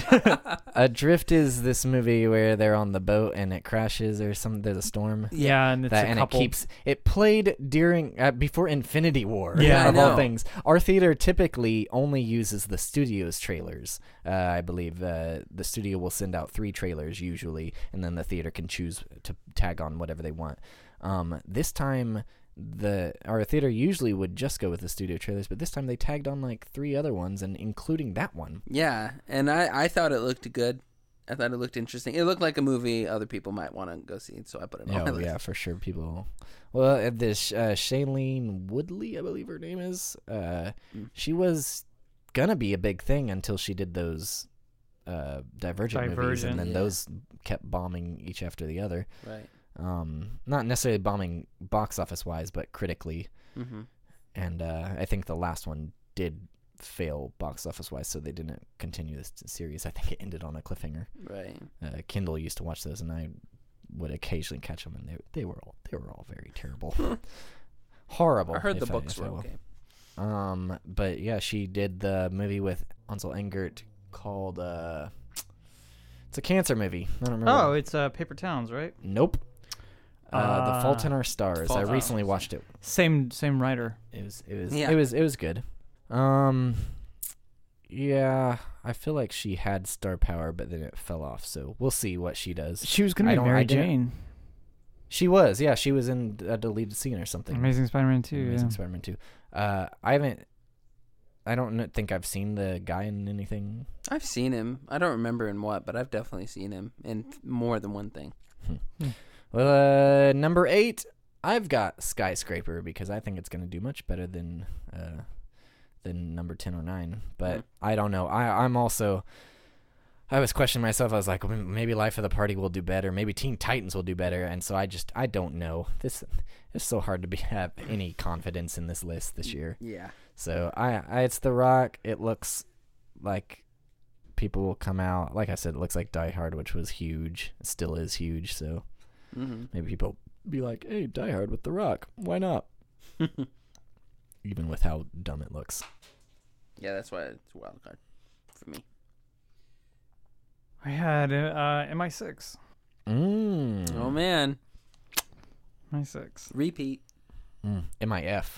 Speaker 1: Adrift is this movie where they're on the boat and it crashes or some there's a storm.
Speaker 3: *laughs* yeah, and it's
Speaker 1: That,
Speaker 3: a
Speaker 1: and it
Speaker 3: couple.
Speaker 1: keeps it played during uh, before Infinity War
Speaker 3: Yeah, I
Speaker 1: of all
Speaker 2: know.
Speaker 1: things. Our theater typically only uses the studio's trailers. Uh, I believe uh, the studio will send out three trailers usually, and then the theater can choose to tag on whatever they want. Um, this time, the our theater usually would just go with the studio trailers, but this time they tagged on like three other ones, and including that one.
Speaker 2: Yeah, and I I thought it looked good. I thought it looked interesting. It looked like a movie other people might want to go see, so I put *laughs* it on my
Speaker 1: Oh
Speaker 2: list.
Speaker 1: yeah, for sure. People. Well, uh, this uh, Shailene Woodley, I believe her name is. Uh,
Speaker 2: Mm.
Speaker 1: She was gonna be a big thing until she did those uh, Divergent, movies,
Speaker 3: Divergent.
Speaker 1: and then
Speaker 2: Yeah.
Speaker 1: those kept bombing each after the other.
Speaker 2: Right.
Speaker 1: Um, not necessarily bombing box office wise, but critically.
Speaker 2: Mm-hmm.
Speaker 1: And uh, I think the last one did fail box office wise, so they didn't continue this series. I think it ended on a cliffhanger.
Speaker 2: Right.
Speaker 1: Uh, Kindle used to watch those, and I would occasionally catch them, and they they were all they were all very
Speaker 2: *laughs*
Speaker 1: terrible, horrible.
Speaker 2: I heard the
Speaker 1: if
Speaker 2: books
Speaker 1: if
Speaker 2: were
Speaker 1: will.
Speaker 2: okay.
Speaker 1: Um, but yeah, she did the movie with Ansel Engert called uh, it's a cancer movie. I don't remember.
Speaker 3: Oh, it's uh, Paper Towns, right?
Speaker 1: nope. Uh, the Fault in
Speaker 3: Ah.
Speaker 1: Our Stars.
Speaker 2: Fault
Speaker 1: I
Speaker 2: in Our
Speaker 1: recently
Speaker 2: Stars.
Speaker 1: watched it.
Speaker 3: Same same writer.
Speaker 1: It was it was
Speaker 2: Yeah.
Speaker 1: it was it was good. Um, yeah, I feel like she had star power, but then it fell off. So we'll see what she does.
Speaker 3: She was
Speaker 1: gonna I be
Speaker 3: going to
Speaker 1: don't-
Speaker 3: be
Speaker 1: Mary I
Speaker 3: Mary
Speaker 1: didn't-
Speaker 3: Jane.
Speaker 1: She was, yeah, she was in a deleted scene or something.
Speaker 3: Amazing Spider-Man 2.
Speaker 1: Amazing Spider-Man Two. Uh, I haven't. I don't kn- think I've seen the guy in anything.
Speaker 2: I've seen him. I don't remember in what, but I've definitely seen him in more than one thing.
Speaker 1: Well, uh, number eight, I've got skyscraper because I think it's going to do much better than uh, than number ten or nine. But
Speaker 2: Mm.
Speaker 1: I don't know. I I'm also. I was questioning myself. I was like, "Well, maybe Life of the Party will do better. Maybe Teen Titans will do better. And so I just, I don't know. This, it's so hard to be, have any confidence in this list this year.
Speaker 2: Yeah.
Speaker 1: So I, I it's The Rock. It looks like people will come out. Like I said, it looks like Die Hard, which was huge. It still is huge. So
Speaker 2: *laughs* hmm
Speaker 1: maybe people be like, "Hey, Die Hard with The Rock. Why not?" Even with how dumb it looks.
Speaker 2: yeah, that's why it's a wild card for me.
Speaker 3: I had uh, MI6.
Speaker 1: Mm.
Speaker 2: Oh man,
Speaker 3: MI6.
Speaker 2: repeat.
Speaker 1: Mm. MIF.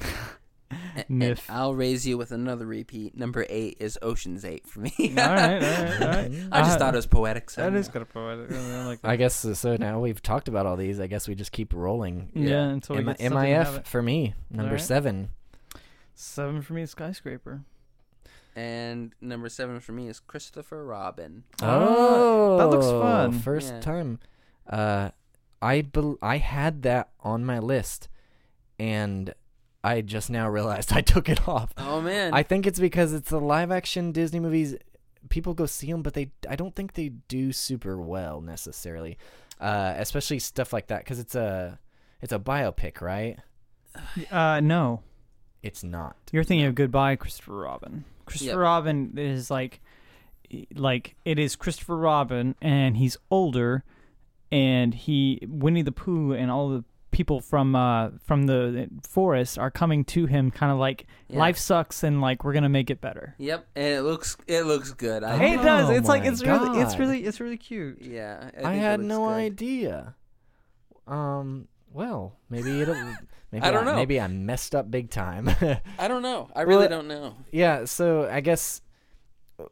Speaker 2: A- and
Speaker 3: Niff.
Speaker 2: I'll raise you with another repeat. Number eight is Ocean's Eight for me.
Speaker 3: all right, all
Speaker 2: *laughs*
Speaker 3: right, all right.
Speaker 2: I just
Speaker 3: Uh,
Speaker 2: thought it was poetic. So
Speaker 3: That is kind of poetic. I, mean,
Speaker 1: *laughs*
Speaker 3: I like that.
Speaker 1: Mm. I guess so- so. Now we've talked about all these. I guess we just keep rolling.
Speaker 3: yeah. until we
Speaker 1: M-
Speaker 3: get something to have
Speaker 1: MIF
Speaker 3: it.
Speaker 1: for me, number
Speaker 3: Alright.
Speaker 1: seven.
Speaker 3: Seven for me, skyscraper.
Speaker 2: And number seven for me is Christopher Robin.
Speaker 3: Ah, that looks
Speaker 1: Oh,
Speaker 3: fun.
Speaker 1: First
Speaker 2: Yeah.
Speaker 1: time, uh, I bel I had that on my list, and I just now realized *laughs* I took it off.
Speaker 2: Oh man,
Speaker 1: I think it's because it's the live action Disney movies. People go see them, but they I don't think they do super well necessarily, uh, especially stuff like that because it's a it's a biopic, right?
Speaker 3: Uh, no,
Speaker 1: It's not.
Speaker 3: you're thinking of Goodbye, Christopher Robin. Christopher
Speaker 2: Yep.
Speaker 3: Robin is like, e, like it is Christopher Robin, and he's older, and he Winnie the Pooh and all the people from uh from the forest are coming to him, kind of like
Speaker 2: Yeah.
Speaker 3: life sucks, and like we're gonna make it better.
Speaker 2: Yep, and it looks it looks good. I,
Speaker 1: Hey,
Speaker 3: It does.
Speaker 1: Oh
Speaker 3: It's like
Speaker 1: my
Speaker 3: it's really it's
Speaker 1: God.
Speaker 3: really it's really cute.
Speaker 2: yeah,
Speaker 1: I,
Speaker 2: think it
Speaker 1: had
Speaker 2: looks
Speaker 1: no
Speaker 2: good.
Speaker 1: idea. Um. Well, maybe
Speaker 2: *laughs*
Speaker 1: it'll. Maybe
Speaker 2: I don't know.
Speaker 1: Maybe I messed up big time. *laughs*
Speaker 2: I don't know. I
Speaker 1: Well,
Speaker 2: really don't know.
Speaker 1: Yeah, so I guess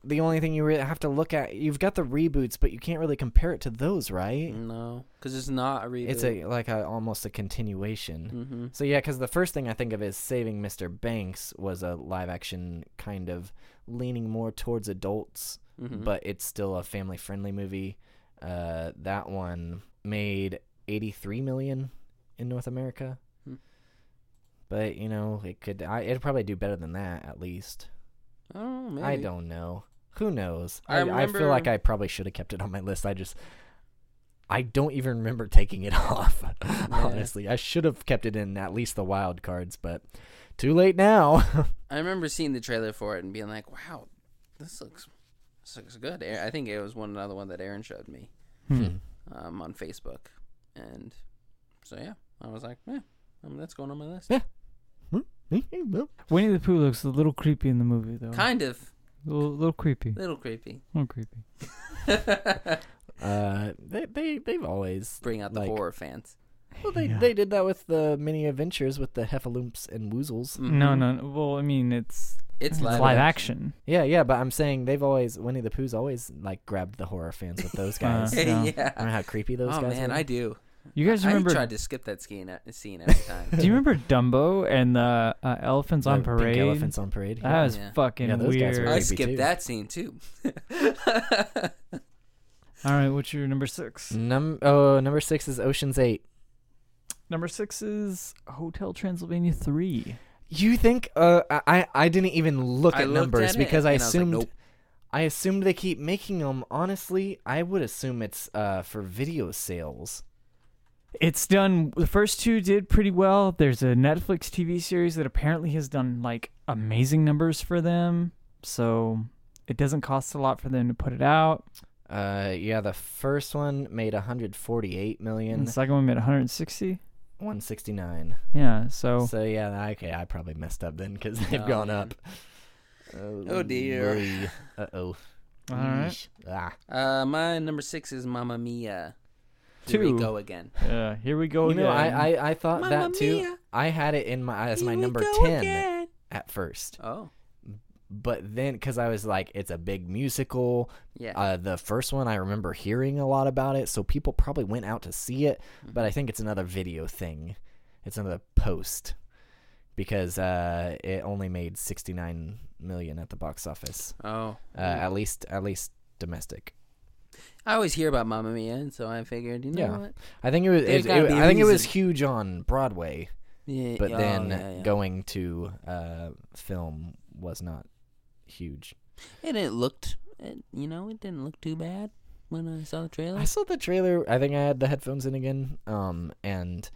Speaker 1: the only thing you really have to look at, you've got the reboots, but you can't really compare it to those, right?
Speaker 2: Mm, No, because it's not a reboot.
Speaker 1: It's a like a, almost a continuation.
Speaker 2: hmm
Speaker 1: So yeah, because the first thing I think of is Saving Mr. Banks was a live action kind of leaning more towards adults,
Speaker 2: mm-hmm.
Speaker 1: but it's still a family friendly movie. Uh, that one made 83 million in North America.
Speaker 2: Hmm.
Speaker 1: But you know, it could I, it'd probably do better than that at least.
Speaker 2: oh, maybe.
Speaker 1: I don't know. Who knows?
Speaker 2: I
Speaker 1: I, I, feel like
Speaker 2: remember-
Speaker 1: I probably should have kept it on my list. I just I don't even remember taking it *laughs* off. Honestly, I should have kept it in at least the wild cards, but too late now. *laughs*
Speaker 2: I remember seeing the trailer for it and being like, "Wow, this looks this looks good." Aaron- I Hmm. think it was one another one that Aaron showed me
Speaker 3: Hmm.
Speaker 1: Hmm.
Speaker 2: um, on Facebook, and So yeah, I was like, yeah, I mean, that's going on my list.
Speaker 1: Yeah. Hmm.
Speaker 3: Winnie the Pooh looks a little creepy in the movie, though.
Speaker 2: Kind of,
Speaker 3: a little, little creepy.
Speaker 2: little creepy. *laughs*
Speaker 3: A little creepy.
Speaker 1: Uh, they they they've always
Speaker 2: Bring out the
Speaker 1: Like-
Speaker 2: horror fans.
Speaker 1: well they,
Speaker 3: Yeah.
Speaker 1: they did that with the mini adventures with the Heffalumps and Woozles.
Speaker 3: No,
Speaker 2: Mhm.
Speaker 3: no, no. Well, I mean, it's
Speaker 2: it's live,
Speaker 3: action.
Speaker 1: Yeah, yeah, but I'm saying they've always Winnie the Pooh's always like grabbed the horror fans with *laughs* those guys.
Speaker 3: Uh, Yeah.
Speaker 2: *laughs* yeah.
Speaker 1: Remember how creepy those
Speaker 2: Oh
Speaker 1: guys
Speaker 2: man,
Speaker 1: were?
Speaker 2: I do.
Speaker 3: You guys
Speaker 2: I
Speaker 3: remember?
Speaker 2: tried to skip that scene at-
Speaker 1: *laughs*
Speaker 2: scene every time.
Speaker 3: *laughs* do you remember Dumbo and the uh, elephants on
Speaker 1: The pink
Speaker 3: parade?
Speaker 1: elephants on parade.
Speaker 3: That was
Speaker 2: Yeah.
Speaker 3: fucking
Speaker 1: Yeah, those guys were
Speaker 3: weird.
Speaker 2: I
Speaker 1: creepy
Speaker 2: skipped
Speaker 1: too.
Speaker 2: that scene too. *laughs*
Speaker 3: All right, what's your number
Speaker 2: Mm.
Speaker 3: six?
Speaker 1: Num- oh, number six is Ocean's Eight.
Speaker 3: Number six is Hotel Transylvania three.
Speaker 1: You think? Uh, I- I I didn't even look
Speaker 2: I
Speaker 1: at
Speaker 2: looked
Speaker 1: numbers
Speaker 2: at it
Speaker 1: because I
Speaker 2: and I was like,
Speaker 1: assumed I,
Speaker 2: nope.
Speaker 1: assumed they keep making them. Honestly, I would assume it's uh for video sales.
Speaker 3: It's done. The first two did pretty well. There's a Netflix TV series that apparently has done like amazing numbers for them. So it doesn't cost a lot for them to put it out.
Speaker 1: Uh, yeah, the first one made 148 million,
Speaker 3: And the second one made 160.
Speaker 1: 169.
Speaker 3: Yeah. So
Speaker 1: So yeah, okay, I probably messed up then because *laughs* they've
Speaker 2: Oh,
Speaker 1: gone
Speaker 2: man.
Speaker 1: up.
Speaker 2: Oh, dear.
Speaker 1: Uh oh.
Speaker 3: all right.
Speaker 1: Ah.
Speaker 2: Uh, my number six is Mamma Mia. Here
Speaker 3: Two.
Speaker 2: we go again.
Speaker 3: Yeah. Here we go
Speaker 1: You know,
Speaker 3: again.
Speaker 1: I, I, I thought
Speaker 2: Oh, Mamma
Speaker 1: that too.
Speaker 2: Mia.
Speaker 1: I had it in my as my
Speaker 2: Here we
Speaker 1: number
Speaker 2: go
Speaker 1: ten
Speaker 2: again.
Speaker 1: at first,
Speaker 2: Oh,
Speaker 1: but then because I was like, it's a big musical.
Speaker 2: yeah.
Speaker 1: Uh, the first one I remember hearing a lot about it, so people probably went out to see it.
Speaker 2: Mm-hmm.
Speaker 1: But I think it's another video thing. It's another post because uh, it only made sixty nine million at the box office.
Speaker 2: oh.
Speaker 1: Uh, at least, at least domestic.
Speaker 2: I always hear about Mamma Mia, and so I figured, you know
Speaker 1: Yeah.
Speaker 2: what?
Speaker 1: I think it was.
Speaker 2: There's
Speaker 1: It,
Speaker 2: gotta
Speaker 1: it-
Speaker 2: be a
Speaker 1: I think it was
Speaker 2: reason.
Speaker 1: huge on Broadway.
Speaker 2: Yeah.
Speaker 1: but
Speaker 2: oh,
Speaker 1: then
Speaker 2: yeah, yeah.
Speaker 1: going to uh, film was not huge.
Speaker 2: and it looked, it, you know, it didn't look too bad when I saw the trailer.
Speaker 1: I saw the trailer. I think I had the headphones in again, um, and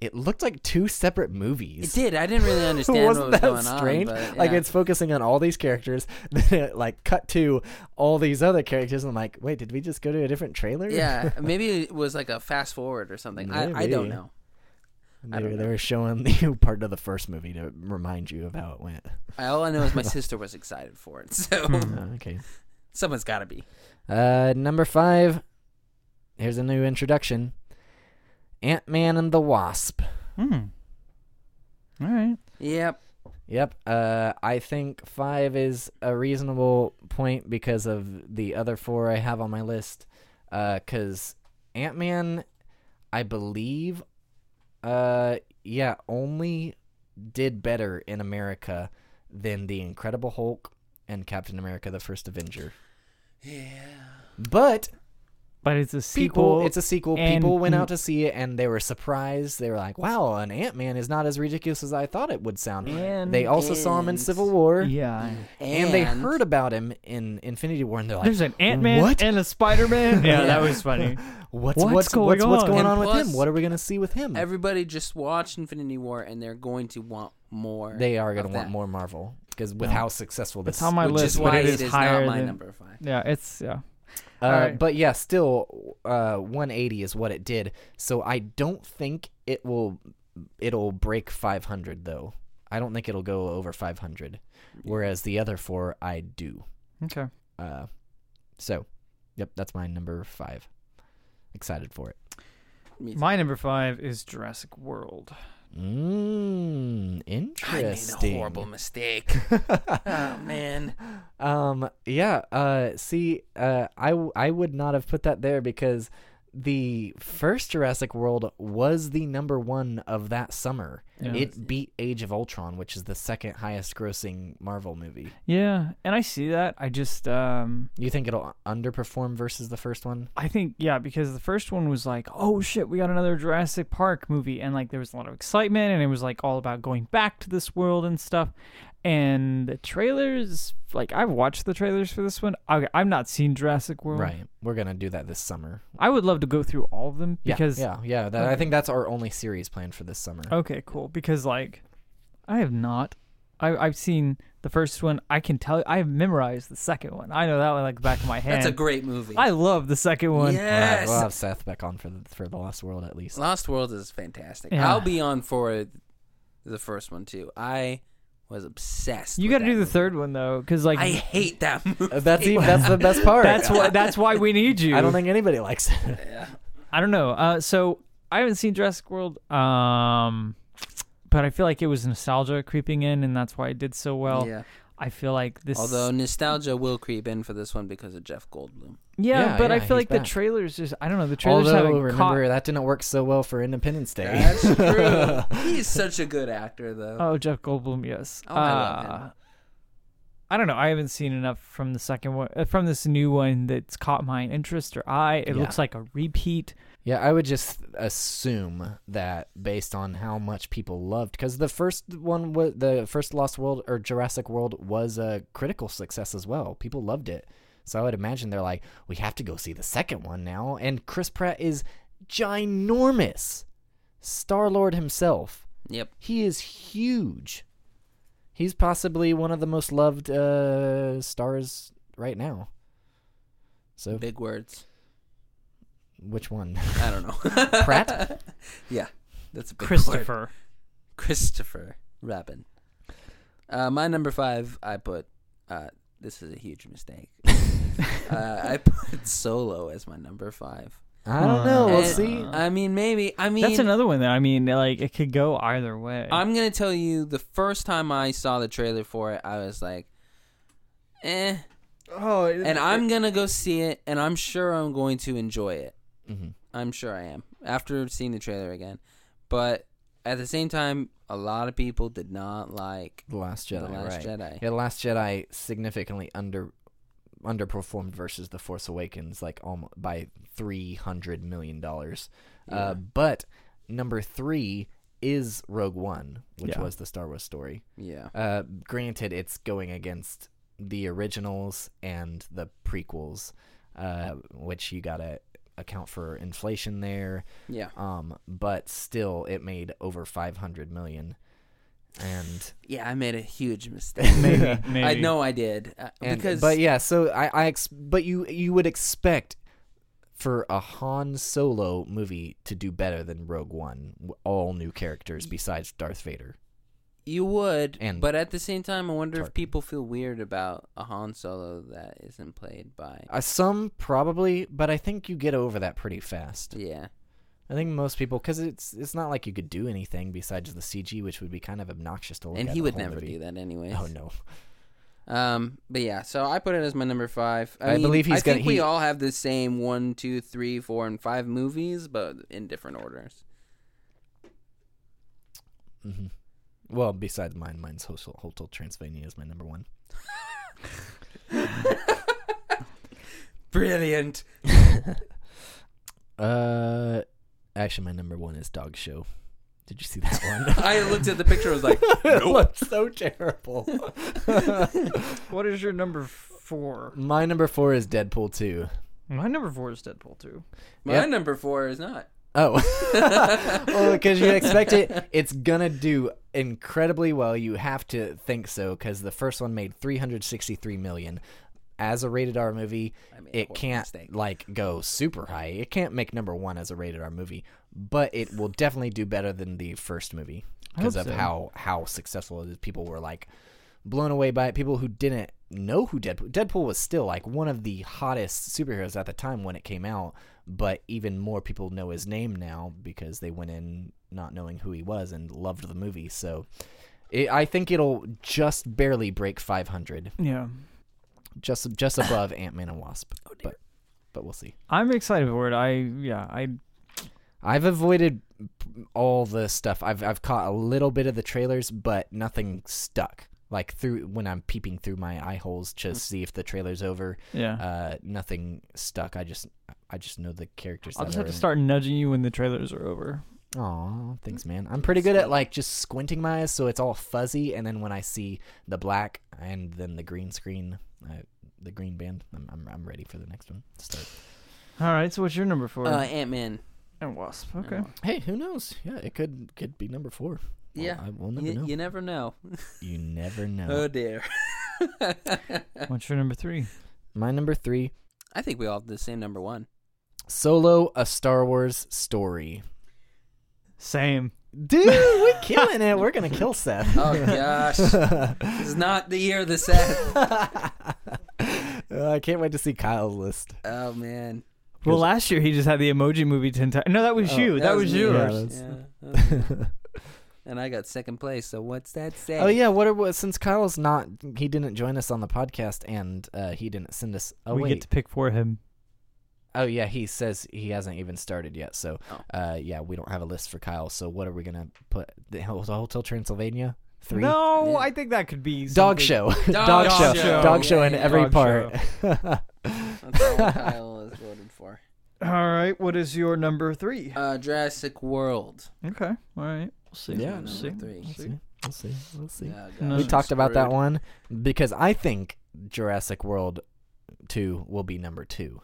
Speaker 1: it looked like two separate
Speaker 2: it
Speaker 1: movies.
Speaker 2: did. I
Speaker 1: *laughs*
Speaker 2: didn't really understand
Speaker 1: Wasn't
Speaker 2: what
Speaker 1: that
Speaker 2: was going
Speaker 1: strange?
Speaker 2: on. But,
Speaker 1: Like
Speaker 2: yeah.
Speaker 1: it's focusing on all these characters, *laughs* then it like cut to all these other characters. And I'm like, wait, did we just go to a different trailer?
Speaker 2: yeah, maybe it was like a fast forward or something. I, I
Speaker 1: Maybe.
Speaker 2: don't know.
Speaker 1: *laughs*
Speaker 2: I
Speaker 1: they,
Speaker 2: don't
Speaker 1: were- they
Speaker 2: know.
Speaker 1: were showing *laughs* you part of the first movie to remind you of how it
Speaker 2: *laughs*
Speaker 1: went.
Speaker 2: I- All I know
Speaker 3: *laughs*
Speaker 2: is my sister was excited for it, so
Speaker 3: Hmm.
Speaker 1: Oh, okay.
Speaker 2: someone's got to be.
Speaker 1: Uh, number five. Here's a new introduction. Ant Man and the Wasp.
Speaker 3: Hmm. All right.
Speaker 2: Yep.
Speaker 1: Yep. Uh, I think five is a reasonable point because of the other four I have on my list. Because Ant Man, I believe, uh, yeah, only did better in America than The Incredible Hulk and Captain America: The First Avenger.
Speaker 2: Yeah.
Speaker 1: But
Speaker 3: But it's a sequel.
Speaker 1: people it's a sequel
Speaker 3: and- mm.
Speaker 1: people went out to see it and they were surprised they were like wow an ant-man is not as ridiculous as i thought it would sound
Speaker 3: And-
Speaker 1: they also saw him in
Speaker 2: and-
Speaker 1: civil war
Speaker 3: yeah.
Speaker 1: and, they heard about him in infinity war and they're like
Speaker 3: There's an Ant Man
Speaker 1: What?
Speaker 3: and a
Speaker 1: *laughs*
Speaker 3: Spider Man. yeah, that
Speaker 2: Yeah.
Speaker 3: was funny.
Speaker 1: what's
Speaker 3: what's
Speaker 1: what's what's
Speaker 3: going
Speaker 1: going what's,
Speaker 3: on?"
Speaker 1: going
Speaker 2: And
Speaker 1: on with him
Speaker 2: plus-
Speaker 1: what are we going to see with him
Speaker 2: Everybody just watched Infinity War, and they're going to want more.
Speaker 1: they are going
Speaker 2: of
Speaker 1: to want
Speaker 2: that.
Speaker 1: more marvel because with
Speaker 3: Yeah.
Speaker 1: how successful
Speaker 3: It's
Speaker 1: this
Speaker 3: on my
Speaker 2: which
Speaker 3: list,
Speaker 2: is
Speaker 3: but
Speaker 2: why
Speaker 3: it is higher
Speaker 2: not my
Speaker 3: than-
Speaker 2: number five.
Speaker 3: Yeah, it's yeah.
Speaker 1: Uh,
Speaker 3: Alright.
Speaker 1: But yeah, still, uh, 180 is what it did. So I don't think it will. It'll break 500 though. I don't think it'll go over 500. Whereas the other four, I do.
Speaker 3: Okay.
Speaker 1: Uh, so, yep, that's my number five. Excited for it.
Speaker 2: Me too.
Speaker 3: My number five is Jurassic World.
Speaker 1: Mmm,
Speaker 2: I made
Speaker 1: interesting. *laughs*
Speaker 2: a horrible mistake.
Speaker 3: *laughs*
Speaker 2: oh man.
Speaker 1: Um. Yeah. Uh. See. Uh. I. w- I would not have put that there because the first Jurassic World was the number one of that summer.
Speaker 3: Yeah.
Speaker 1: It beat Age of Ultron, which is the second highest grossing Marvel movie.
Speaker 3: Yeah, and I see that. I just um
Speaker 1: You think it'll underperform versus the first one?
Speaker 3: I think yeah, because the first one was like, "Oh shit, we got another Jurassic Park movie." And like there was a lot of excitement and it was like all about going back to this world and stuff. And the trailers, like I've watched the trailers for this one. I I've not seen Jurassic World.
Speaker 1: Right. We're gonna do that this summer.
Speaker 3: I would love to go through all of them
Speaker 1: Yeah.
Speaker 3: because
Speaker 1: yeah. Yeah. That, I
Speaker 3: Okay.
Speaker 1: think that's our only series planned for this summer.
Speaker 3: Okay, cool. Because like, I have not. I I've seen The first one I can tell. I have memorized the second one. I know that one like the back of my hand.
Speaker 2: That's a great movie.
Speaker 3: I love the second one.
Speaker 1: All right,
Speaker 2: yes.
Speaker 1: we'll have Seth back on for the, for the Lost World at least.
Speaker 2: Lost World is fantastic.
Speaker 3: Yeah.
Speaker 2: I'll be on for the first one too. I was obsessed.
Speaker 3: You
Speaker 2: got
Speaker 3: got to do the third one though, because like
Speaker 2: I hate
Speaker 3: *laughs*
Speaker 2: that movie.
Speaker 1: Uh, That's even, that's the best part.
Speaker 3: that's why that's why we need
Speaker 1: *laughs*
Speaker 3: you.
Speaker 1: I don't think anybody likes it.
Speaker 3: I don't know. Uh, so I haven't seen Jurassic World, um, but I feel like it was nostalgia creeping in, and that's why it did so well.
Speaker 2: yeah.
Speaker 3: I feel like this.
Speaker 2: Although nostalgia will creep in for this one because of Jeff Goldblum.
Speaker 3: yeah,
Speaker 1: Yeah,
Speaker 3: but I
Speaker 1: yeah,
Speaker 3: feel
Speaker 1: he's
Speaker 3: like
Speaker 1: back.
Speaker 3: the trailers just I don't know the trailers
Speaker 1: Although
Speaker 3: haven't
Speaker 1: remember
Speaker 3: caught.
Speaker 1: that didn't work so well for Independence Day.
Speaker 2: That's
Speaker 1: *laughs*
Speaker 3: *laughs*
Speaker 2: true. He's such a good actor, though.
Speaker 3: Oh, Jeff Goldblum, yes. Uh,
Speaker 2: Oh, I love him.
Speaker 3: I don't know. I haven't seen enough from the second one, uh, from this new one that's caught my interest or eye. It
Speaker 1: Yeah.
Speaker 3: looks like a repeat.
Speaker 1: Yeah, I would just assume that based on how much people loved, because the first one was the first Lost World or Jurassic World was a critical success as well. People loved it, so I would imagine they're like, we have to go see the second one now. And Chris Pratt is ginormous, Star Lord himself.
Speaker 2: Yep.
Speaker 1: He is huge. He's possibly one of the most loved uh, stars right now. So
Speaker 2: Big words.
Speaker 1: which one? *laughs*
Speaker 2: I don't know. *laughs*
Speaker 1: Pratt?
Speaker 2: yeah. That's a big word.
Speaker 3: Christopher.
Speaker 2: Christopher Robin. Uh, my number five, I put. Uh, this is a huge
Speaker 3: *laughs*
Speaker 2: mistake. uh, I put Solo as my number five.
Speaker 1: I don't know. We'll
Speaker 2: And,
Speaker 1: see.
Speaker 2: I mean, maybe. I mean,
Speaker 3: Oh, That's another one that I mean, like it could go either way.
Speaker 2: I'm gonna tell you the first time I saw the trailer for it, I was like, eh.
Speaker 1: Oh,
Speaker 2: And I'm gonna go see it, and I'm sure I'm going to enjoy it.
Speaker 1: hmm
Speaker 2: I'm sure I am after seeing the trailer again. But at the same time, a lot of people did not like
Speaker 1: The Last Jedi,
Speaker 2: the Last
Speaker 1: right?
Speaker 2: Jedi.
Speaker 1: Yeah, The Last Jedi significantly under underperformed versus The Force Awakens, like almost by three hundred million dollars.
Speaker 2: Yeah.
Speaker 1: Uh, but number three is Rogue One, which
Speaker 3: Yeah.
Speaker 1: was the Star Wars story.
Speaker 2: Yeah.
Speaker 1: Uh, granted, it's going against the originals and the prequels, uh, which you gotta account for inflation there.
Speaker 2: Yeah.
Speaker 1: Um, but still, it made over five hundred million, and
Speaker 2: Yeah, I made a
Speaker 1: *laughs*
Speaker 2: huge mistake.
Speaker 3: maybe, maybe.
Speaker 2: *laughs* I know I did. Uh,
Speaker 1: And,
Speaker 2: because
Speaker 1: but yeah, so I, I ex- but you you would expect for a Han Solo movie to do better than Rogue One, w- all new characters besides Darth Vader.
Speaker 2: you would,
Speaker 1: And-
Speaker 2: but at the same time, I wonder
Speaker 1: Tarkin.
Speaker 2: if people feel weird about a Han Solo that isn't played by.
Speaker 1: Uh, some probably, but I think you get over that pretty fast.
Speaker 2: Yeah,
Speaker 1: I think most people, because it's it's not like you could do anything besides the CG, which would be kind of obnoxious to look
Speaker 2: and
Speaker 1: at.
Speaker 2: he
Speaker 1: the
Speaker 2: would
Speaker 1: whole
Speaker 2: never
Speaker 1: movie.
Speaker 2: do that anyway.
Speaker 1: Oh no! *laughs*
Speaker 2: Um, but yeah, so I put it as my number five. I,
Speaker 1: I
Speaker 2: mean,
Speaker 1: believe he's
Speaker 2: I think
Speaker 1: gonna- he-
Speaker 2: we all have the same one, two, three, four, and five movies, but in different orders.
Speaker 1: hmm Well, besides mine, mine's Hotel, Hotel Transylvania is my number one.
Speaker 2: *laughs* Brilliant.
Speaker 1: *laughs* Uh, actually, my number one is Dog Show. Did you see
Speaker 2: *laughs*
Speaker 1: that one?
Speaker 2: I looked at the picture. I was like,
Speaker 1: *laughs* it looks so
Speaker 2: *laughs*
Speaker 1: terrible.
Speaker 3: What is your number four?
Speaker 1: my number four is Deadpool two.
Speaker 3: My number four is Deadpool two.
Speaker 2: my
Speaker 1: Yep.
Speaker 2: number four is not. *laughs*
Speaker 1: Oh, well, because you expect it, it's gonna do incredibly well. You have to think so because the first one made three hundred sixty-three million. As a rated R movie,
Speaker 2: I made a
Speaker 1: it
Speaker 2: horrible
Speaker 1: can't
Speaker 2: mistake.
Speaker 1: like go super high. It can't make number one as a rated R movie, but it will definitely do better than the first movie
Speaker 3: I
Speaker 1: because of
Speaker 3: hope so.
Speaker 1: how how successful it is. People were like blown away by it. People who didn't know who Deadpool Deadpool was still like one of the hottest superheroes at the time when it came out, but even more people know his name now because they went in not knowing who he was and loved the movie. So. It, I think it'll just barely break 500,
Speaker 3: Yeah,
Speaker 1: just
Speaker 3: *laughs*
Speaker 1: just above Ant Man and Wasp.
Speaker 3: Oh,
Speaker 1: But but we'll see.
Speaker 3: I'm excited for it. I yeah, I
Speaker 1: I've avoided all the stuff. I've I've caught a little bit of the trailers, but nothing stuck. Like through when I'm peeping through my eye holes
Speaker 3: Hmm.
Speaker 1: to see if the trailer's over,
Speaker 3: yeah.
Speaker 1: uh, nothing stuck. I just I just know the characters.
Speaker 3: I'll
Speaker 1: that
Speaker 3: just
Speaker 1: are
Speaker 3: have to start nudging you when the trailers are over.
Speaker 1: Aw, thanks, man. I'm pretty good at like just squinting my eyes, so it's all fuzzy, and then when I see the black and then the green screen, I, the green band, I'm, I'm I'm ready for the next one. to Start.
Speaker 3: All right. So what's your number four?
Speaker 2: Uh, Ant Man.
Speaker 3: and Wasp. Okay.
Speaker 1: Hey, who knows? Yeah, it could could be number four. Well,
Speaker 2: yeah.
Speaker 1: I will
Speaker 2: Y-
Speaker 1: never know.
Speaker 2: you, never know.
Speaker 1: You never know.
Speaker 2: Oh dear. *laughs*
Speaker 3: What's your number three?
Speaker 1: My number three
Speaker 2: I think we all have the same number one.
Speaker 1: Solo, a Star Wars story.
Speaker 3: Same.
Speaker 1: Dude,
Speaker 3: *laughs*
Speaker 1: we're killing it. We're going to kill *laughs* Seth.
Speaker 2: *laughs* Oh gosh, this is not the year of the Seth. *laughs*
Speaker 1: Uh, I can't wait to see Kyle's list. *laughs*
Speaker 2: Oh man,
Speaker 3: Well,
Speaker 1: Yes.
Speaker 3: last year he just had the emoji movie ten times. No, that was
Speaker 1: Oh,
Speaker 3: you. That, was,
Speaker 2: me.
Speaker 1: Yeah,
Speaker 3: yours.
Speaker 1: that's-
Speaker 2: Yeah,
Speaker 1: *laughs*
Speaker 2: that was me. and I got second place. So what's that say?
Speaker 1: Oh yeah, what are what, since Kyle's not he didn't join us on the podcast and uh, he didn't send us oh
Speaker 3: we
Speaker 1: wait.
Speaker 3: get to pick for him.
Speaker 1: Oh yeah, he says he hasn't even started yet. So
Speaker 2: Oh.
Speaker 1: uh, yeah, we don't have a list for Kyle. So what are we gonna put the Hel- Hotel Transylvania? Three
Speaker 3: No,
Speaker 2: Yeah.
Speaker 3: I think that could be
Speaker 1: dog
Speaker 3: something-
Speaker 1: show.
Speaker 2: *laughs* Dog
Speaker 1: dog show.
Speaker 2: show.
Speaker 1: Dog show
Speaker 2: Yeah,
Speaker 1: in
Speaker 2: yeah,
Speaker 1: every
Speaker 3: dog
Speaker 1: part. *laughs*
Speaker 2: That's all what Kyle is voted for.
Speaker 3: All right, what is your number three?
Speaker 2: Uh, Jurassic World.
Speaker 3: Okay, all right. We'll see.
Speaker 1: Yeah,
Speaker 3: we'll
Speaker 2: number
Speaker 3: see.
Speaker 2: three.
Speaker 3: We'll
Speaker 1: We'll
Speaker 3: see.
Speaker 1: see. We'll see. We'll see.
Speaker 2: Yeah,
Speaker 3: No.
Speaker 2: gosh,
Speaker 1: we
Speaker 2: I'm
Speaker 1: talked about that
Speaker 2: screwed.
Speaker 1: one because I think Jurassic World two will be number two.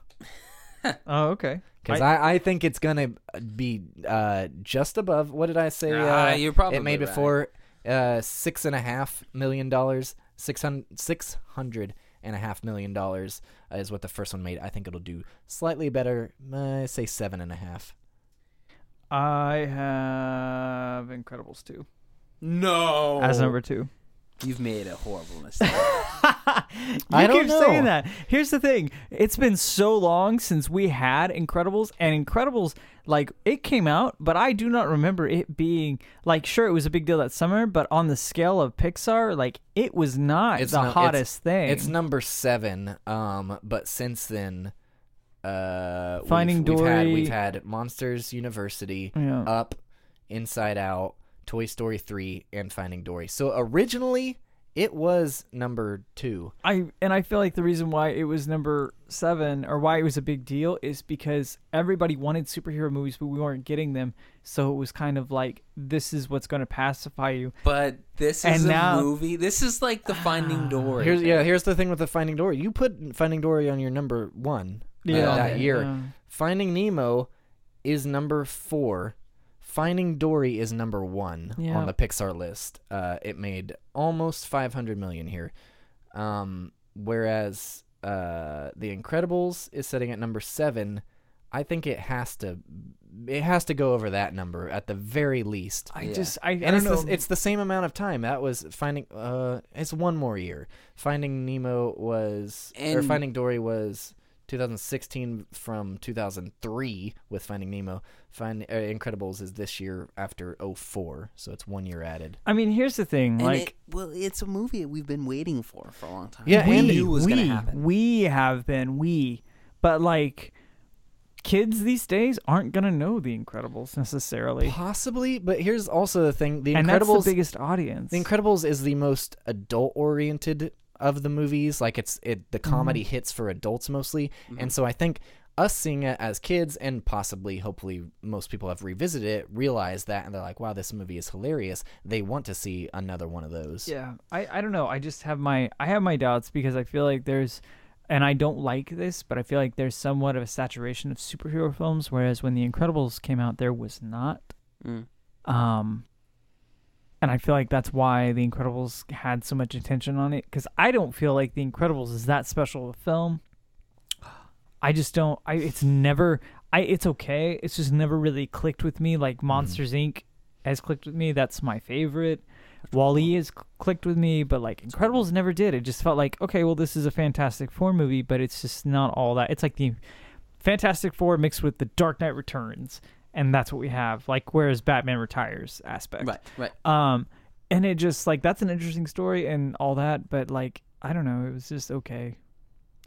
Speaker 3: Oh, okay.
Speaker 1: Because I, I, think it's gonna be uh, just above. What did I say?
Speaker 2: Ah,
Speaker 1: uh,
Speaker 2: you're probably
Speaker 1: it made
Speaker 2: right.
Speaker 1: before uh, six and a half million dollars. Six hundred, six hundred and a half million dollars is what the first one made. I think it'll do slightly better. Uh, say seven and a half.
Speaker 3: I have Incredibles two
Speaker 2: No,
Speaker 1: Oh.
Speaker 3: as number two.
Speaker 2: You've made a horrible mistake.
Speaker 3: *laughs*
Speaker 1: *laughs*
Speaker 3: You
Speaker 1: I don't
Speaker 3: keep saying
Speaker 1: know.
Speaker 3: that. Here's the thing. It's been so long since we had Incredibles and Incredibles like it came out, but I do not remember it being like sure it was a big deal that summer, but on the scale of Pixar, like it was not
Speaker 1: It's
Speaker 3: the
Speaker 1: no- it's-
Speaker 3: hottest thing.
Speaker 1: It's number seven. Um, but since then, uh,
Speaker 3: Finding
Speaker 1: we've, we've had,
Speaker 3: Dory.
Speaker 1: we've had Monsters University,
Speaker 3: Yeah.
Speaker 1: Up, Inside Out, Toy Story three, and Finding Dory. So originally it was number two.
Speaker 3: I and I feel like the reason why it was number seven or why it was a big deal is because everybody wanted superhero movies, but we weren't getting them. So it was kind of like this is what's going to pacify you.
Speaker 2: But this is
Speaker 3: And
Speaker 2: a
Speaker 3: now-
Speaker 2: movie. This is like the Finding Dory.
Speaker 1: Ah, Here's
Speaker 2: thing.
Speaker 1: yeah. Here's the thing with the Finding Dory. You put Finding Dory on your number one uh,
Speaker 2: Yeah.
Speaker 1: that year.
Speaker 3: Yeah.
Speaker 1: Finding Nemo is number four. Finding Dory is number one
Speaker 3: Yeah.
Speaker 1: on the Pixar list. Uh, it made almost 500 million here, um, whereas uh, The Incredibles is sitting at number seven. I think it has to it has to go over that number at the very least.
Speaker 3: I
Speaker 2: Yeah.
Speaker 3: just I, I
Speaker 1: And
Speaker 3: don't
Speaker 1: it's
Speaker 3: know.
Speaker 1: the, it's the same amount of time. That was finding. Uh, it's one more year. Finding Nemo was, or
Speaker 2: And-
Speaker 1: Finding Dory was 2016 from 2003 with Finding Nemo. Find uh, Incredibles is this year after 04, so it's one year added.
Speaker 3: I mean, here's the thing.
Speaker 2: And
Speaker 3: like
Speaker 2: it- well, it's a movie we've been waiting for for a long time.
Speaker 1: Yeah,
Speaker 2: we
Speaker 1: and
Speaker 2: knew it was
Speaker 3: we,
Speaker 2: gonna happen.
Speaker 3: we have been we, but like kids these days aren't going to know the Incredibles necessarily,
Speaker 1: Possibly, but here's also the thing: The
Speaker 3: and that's the
Speaker 1: Incredibles.
Speaker 3: biggest audience.
Speaker 1: The Incredibles is the most adult-oriented of the movies. Like it's it the comedy hits for adults mostly,
Speaker 2: Mm-hmm.
Speaker 1: and so I think us seeing it as kids and possibly hopefully most people have revisited it realize that and they're like wow this movie is hilarious they want to see another one of those
Speaker 3: Yeah, I, I don't know. I just have my I have my doubts because I feel like there's, and I don't like this, but I feel like there's somewhat of a saturation of superhero films. Whereas when The Incredibles came out, there was not.
Speaker 2: Mm.
Speaker 3: Um, and I feel like that's why The Incredibles had so much attention on it because I don't feel like The Incredibles is that special of a film. I just don't. I it's never. I it's okay. It's just never really clicked with me. Like Monsters Inc. has clicked with me. That's my favorite. Wally has cl- clicked with me, but like Incredibles never did. It just felt like okay, well, this is a Fantastic Four movie, but it's just not all that. It's like the Fantastic Four mixed with the Dark Knight Returns, and that's what we have. Like whereas Batman retires aspect,
Speaker 2: Right, right.
Speaker 3: um, and it just like that's an interesting story and all that, but like I don't know, it was just okay.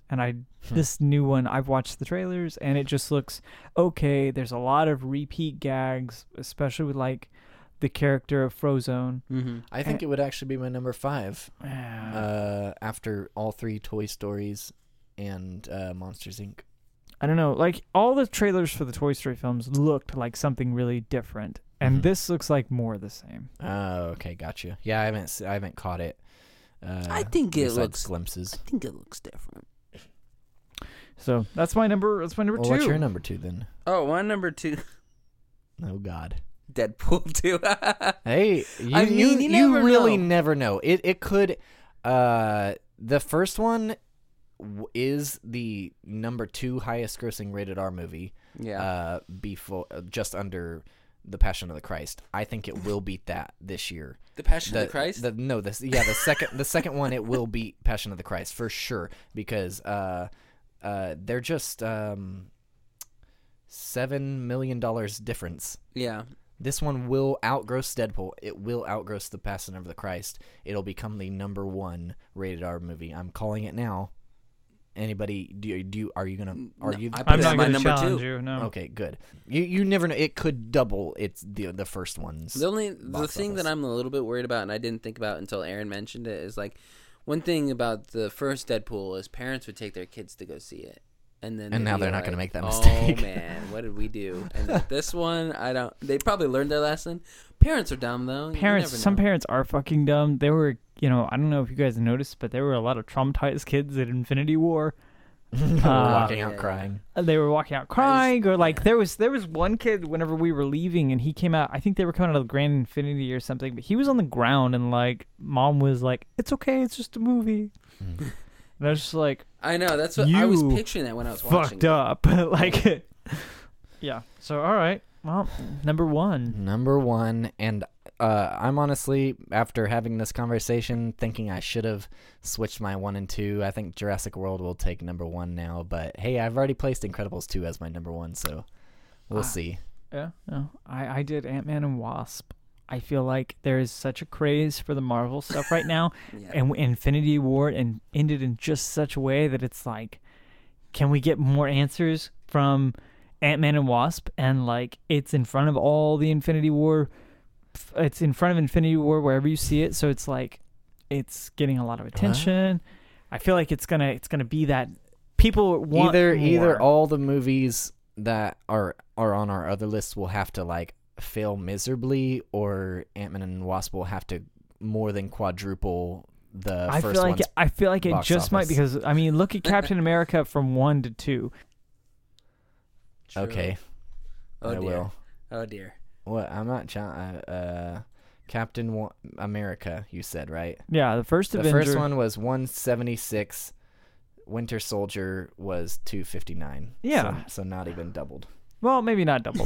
Speaker 3: And I this new one, I've watched the trailers and it just looks okay. There's a lot of repeat gags, especially with like the character of Frozone.
Speaker 2: Mm-hmm.
Speaker 1: i think it would actually be my number five
Speaker 2: Ah.
Speaker 1: uh, after all three toy stories and uh, monsters inc
Speaker 3: I don't know, like all the trailers for the Toy Story films looked like something really different, and
Speaker 1: Mhm.
Speaker 3: this looks like more of the same.
Speaker 1: oh okay gotcha yeah i haven't s- i haven't caught it uh,
Speaker 2: I think it
Speaker 1: besides
Speaker 2: looks.
Speaker 1: glimpses
Speaker 2: I think it looks different.
Speaker 3: So that's my number. That's my number
Speaker 1: well,
Speaker 3: two.
Speaker 1: what's your number two then
Speaker 2: Oh, my number two.
Speaker 1: oh god
Speaker 2: *laughs* Deadpool *laughs* too.
Speaker 1: Hey, you,
Speaker 2: I mean,
Speaker 1: you,
Speaker 2: you
Speaker 1: you
Speaker 2: never
Speaker 1: really
Speaker 2: know.
Speaker 1: never know. It it could. Uh, the first one w- is the number two highest grossing rated R movie.
Speaker 2: yeah.
Speaker 1: Uh, before just under the Passion of the Christ. I think it will beat that this
Speaker 2: *laughs*
Speaker 1: year.
Speaker 2: the Passion of the Christ.
Speaker 1: the- no, this yeah the second the second one it will beat Passion of the Christ for sure because uh, uh, they're just um, seven million dollars difference.
Speaker 2: yeah.
Speaker 1: This one will outgross Deadpool. It will outgross The Passion of the Christ. It'll become the number one rated R movie. I'm calling it now. Anybody, do you, do you are you gonna are
Speaker 2: No,
Speaker 1: you?
Speaker 2: I
Speaker 3: I'm
Speaker 2: That's
Speaker 3: not
Speaker 2: my
Speaker 3: going to
Speaker 2: number two.
Speaker 3: challenge you. No.
Speaker 1: Okay, good. You you never know. It could double its the the first one's. *laughs*
Speaker 2: The only the
Speaker 1: box
Speaker 2: thing that
Speaker 1: office.
Speaker 2: I'm a little bit worried about, and I didn't think about until Aaron mentioned it, is like one thing about the first Deadpool is parents would take their kids to go see it, and then
Speaker 1: And
Speaker 2: they'd
Speaker 1: now
Speaker 2: be
Speaker 1: they're not gonna make
Speaker 2: like,
Speaker 1: that mistake." *laughs*
Speaker 2: Oh man, what did we do? And with this one, I don't. They probably learned their lesson. Parents are dumb though. You
Speaker 3: Parents,
Speaker 2: never
Speaker 3: some
Speaker 2: know.
Speaker 3: parents are fucking dumb. There were, you know, I don't know if you guys noticed, but there were a lot of traumatized kids at Infinity War. Uh,
Speaker 1: walking out
Speaker 2: yeah.
Speaker 1: crying.
Speaker 3: And they were walking out crying or like there was there was one kid whenever we were leaving and he came out I think they were coming out of the Grand Infinity or something but he was on the ground and like mom was like it's okay it's just a movie and I was just like
Speaker 2: I know that's what I was
Speaker 3: You
Speaker 2: picturing that when I was watching.
Speaker 3: fucked
Speaker 2: it.
Speaker 3: up *laughs* like yeah so all right well number one
Speaker 1: Number one, and uh, I'm honestly after having this conversation thinking I should have switched my one and two. I think Jurassic World will take number one now, but hey, I've already placed Incredibles two as my number one, so we'll
Speaker 3: Ah.
Speaker 1: see.
Speaker 3: yeah no, I I did Ant Man and Wasp I feel like there is such a craze for the Marvel stuff
Speaker 1: *laughs*
Speaker 3: right now
Speaker 2: Yeah.
Speaker 3: and Infinity War and ended in just such a way that it's like, can we get more answers from Ant Man and Wasp? And like, it's in front of all the Infinity War, f- it's in front of Infinity War wherever you see it. So it's like, it's getting a lot
Speaker 1: Uh-huh.
Speaker 3: of attention. I feel like it's gonna it's gonna be that people want
Speaker 1: either either
Speaker 3: more.
Speaker 1: all the movies that are are on our other lists will have to like fail miserably, or Ant Man and Wasp will have to more than quadruple the
Speaker 3: I
Speaker 1: first
Speaker 3: feel like
Speaker 1: one's
Speaker 3: I feel like it
Speaker 1: box
Speaker 3: just might
Speaker 1: office.
Speaker 3: because I mean look at
Speaker 1: *laughs*
Speaker 3: Captain America from one to two.
Speaker 2: True.
Speaker 1: Okay,
Speaker 2: Oh
Speaker 1: I
Speaker 2: dear.
Speaker 1: will.
Speaker 2: Oh
Speaker 1: *laughs*
Speaker 2: dear. *laughs*
Speaker 1: What? I'm not John. Uh, uh, Captain Wa- America. You said right.
Speaker 3: Yeah, the first
Speaker 1: The
Speaker 3: Avenger.
Speaker 1: first one was 176. Winter Soldier was 259.
Speaker 3: Yeah.
Speaker 1: So, so not even doubled.
Speaker 3: Well, maybe
Speaker 1: *laughs*
Speaker 3: not double.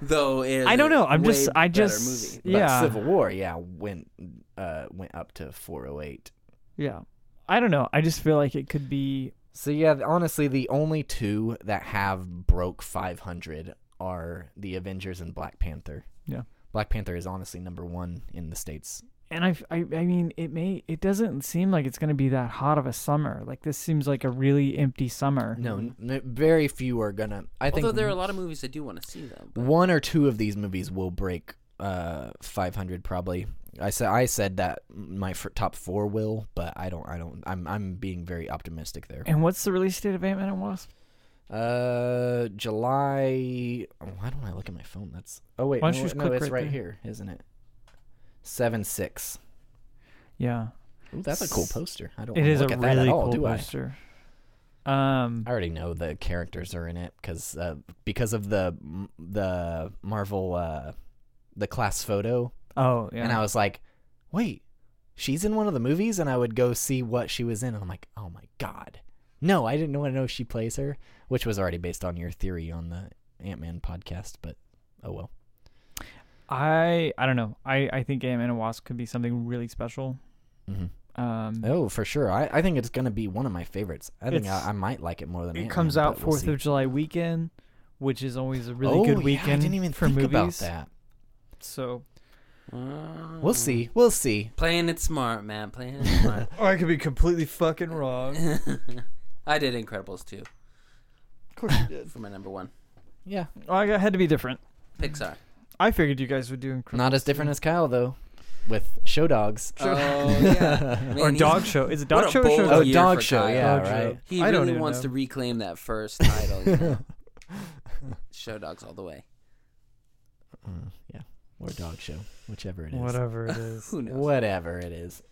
Speaker 2: Though it is
Speaker 3: I don't know.
Speaker 2: a
Speaker 3: I'm just-
Speaker 2: way
Speaker 3: I
Speaker 2: better
Speaker 3: just-
Speaker 2: movie.
Speaker 1: But
Speaker 3: Yeah.
Speaker 1: Civil War, yeah, went uh went up to 408.
Speaker 3: Yeah. I don't know. I just feel like it could be
Speaker 1: So yeah, th- honestly, the only two that have broke 500 are the Avengers and Black Panther.
Speaker 3: Yeah.
Speaker 1: Black Panther is honestly number one in the states.
Speaker 3: and I, I I mean it may it doesn't seem like it's going to be that hot of a summer. Like this seems like a really empty summer.
Speaker 1: No, n- n- very few are gonna. I think
Speaker 2: Although there are a lot of movies I do want to see though. but-
Speaker 1: one or two of these movies will break uh 500 probably i said i said that my f- top 4 will but i don't i don't i'm i'm being very optimistic there
Speaker 3: And what's the release date of Ant Man and Wasp?
Speaker 1: uh july oh, why don't i look at my phone that's oh wait
Speaker 3: Why
Speaker 1: no,
Speaker 3: don't you just
Speaker 1: no,
Speaker 3: click
Speaker 1: it's
Speaker 3: right
Speaker 1: right, here isn't it 7 6
Speaker 3: Yeah,
Speaker 1: Ooh, that's a cool
Speaker 3: S-
Speaker 1: poster i don't
Speaker 3: it
Speaker 1: wanna
Speaker 3: is a
Speaker 1: look at that
Speaker 3: really
Speaker 1: at all
Speaker 3: cool
Speaker 1: do i
Speaker 3: poster. Um,
Speaker 1: I already know the characters are in it because uh, because of the the Marvel uh, the class photo
Speaker 3: oh yeah,
Speaker 1: And I was like, wait, she's in one of the movies? And I would go see what she was in. And I'm like, oh my God. No, I didn't want to know she plays her, which was already based on your theory on the Ant Man podcast, but oh well.
Speaker 3: I I don't know. I I think Ant Man and Wasp could be something really special.
Speaker 1: hmm
Speaker 3: Um,
Speaker 1: Oh, for sure. I, I think it's going to be one of my favorites. I think
Speaker 3: It's-
Speaker 1: I, I might like it more than
Speaker 3: it
Speaker 1: Ant-Man,
Speaker 3: comes out
Speaker 1: but we'll
Speaker 3: Fourth
Speaker 1: see.
Speaker 3: of July weekend, which is always a really
Speaker 1: oh,
Speaker 3: good
Speaker 1: yeah,
Speaker 3: weekend
Speaker 1: I didn't even
Speaker 3: for
Speaker 1: think
Speaker 3: movies.
Speaker 1: about that. *laughs*
Speaker 3: So
Speaker 1: We'll see.
Speaker 3: Mm.
Speaker 1: We'll see.
Speaker 2: Playing it smart, man. Playing it
Speaker 1: *laughs*
Speaker 2: smart.
Speaker 3: I could be completely fucking wrong.
Speaker 2: *laughs* I did Incredibles too
Speaker 3: Of course you did.
Speaker 2: for my number one.
Speaker 1: Yeah.
Speaker 3: I got- had to be different.
Speaker 2: Pixar.
Speaker 3: I figured you guys would do incredible.
Speaker 1: Not as different as Kyle, though, with show dogs. Uh,
Speaker 2: Oh
Speaker 1: *laughs*
Speaker 2: yeah. Man,
Speaker 3: or
Speaker 2: he's-
Speaker 3: dog show. Is it
Speaker 2: What
Speaker 3: dog
Speaker 2: a
Speaker 3: show? Or show
Speaker 2: bold
Speaker 1: Oh,
Speaker 3: dog?
Speaker 2: year
Speaker 1: dog
Speaker 2: for
Speaker 1: show.
Speaker 2: Kyle.
Speaker 1: Yeah,
Speaker 3: Dog show.
Speaker 1: right.
Speaker 2: He
Speaker 3: I don't
Speaker 2: really
Speaker 3: even
Speaker 2: wants
Speaker 3: know.
Speaker 2: to reclaim that first title. you
Speaker 3: *laughs*
Speaker 2: know?
Speaker 1: *laughs*
Speaker 2: show dogs all the way.
Speaker 1: Mm, yeah. Or dog show, whichever it is.
Speaker 3: Whatever it
Speaker 1: *laughs*
Speaker 3: is.
Speaker 2: Who knows?
Speaker 1: Whatever it is.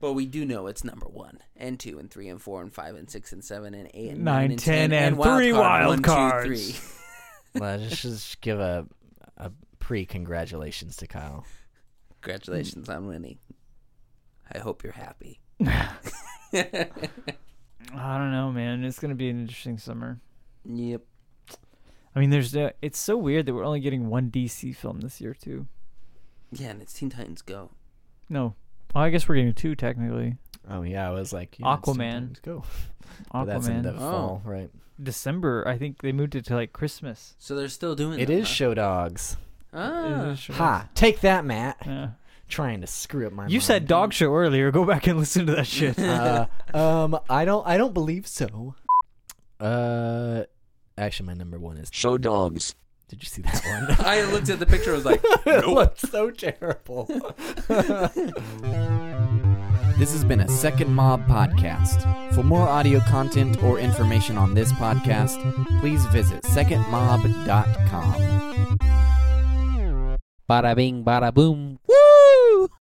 Speaker 2: But we do know it's number one and two and three and four and five and six and seven and eight and
Speaker 3: Nine,
Speaker 2: and
Speaker 3: 10, and
Speaker 2: wild
Speaker 3: three
Speaker 2: card,
Speaker 3: wild
Speaker 2: one, two,
Speaker 3: cards.
Speaker 2: three. *laughs*
Speaker 1: Let's just give a a pre congratulations to Kyle.
Speaker 2: Congratulations on winning. I hope you're
Speaker 3: *laughs*
Speaker 2: happy. *laughs*
Speaker 3: I don't know, man. It's gonna be an interesting summer.
Speaker 2: Yep.
Speaker 3: I mean, there's uh, it's so weird that we're only getting one DC film this year too.
Speaker 2: Yeah, and it's Teen Titans Go.
Speaker 3: No, well, I guess we're getting two technically.
Speaker 1: Oh yeah, I was like
Speaker 3: yeah, it's Aquaman.
Speaker 1: Go.
Speaker 3: Aquaman.
Speaker 1: That's in the
Speaker 2: Oh.
Speaker 1: fall, right?
Speaker 3: December. I think they moved it to like Christmas.
Speaker 2: So they're still doing
Speaker 1: It
Speaker 2: them, *laughs*
Speaker 1: is show dogs.
Speaker 2: Huh? Ah.
Speaker 1: Ha! Take that, Matt.
Speaker 3: Yeah.
Speaker 1: Trying to screw up my.
Speaker 3: You said
Speaker 1: mind.
Speaker 3: dog show earlier. Go back and
Speaker 1: *laughs*
Speaker 3: listen to that shit.
Speaker 1: uh, um, I don't. I don't believe so. Uh, actually, my number one is.
Speaker 4: Show dogs.
Speaker 1: Did you see that one?
Speaker 2: *laughs* I looked at the picture. I was like,
Speaker 1: *laughs* it looks so terrible. *laughs* this has been a Second Mob podcast. For more audio content or information on this podcast, please visit secondmob.com.
Speaker 2: bada bing, bada boom. Woo!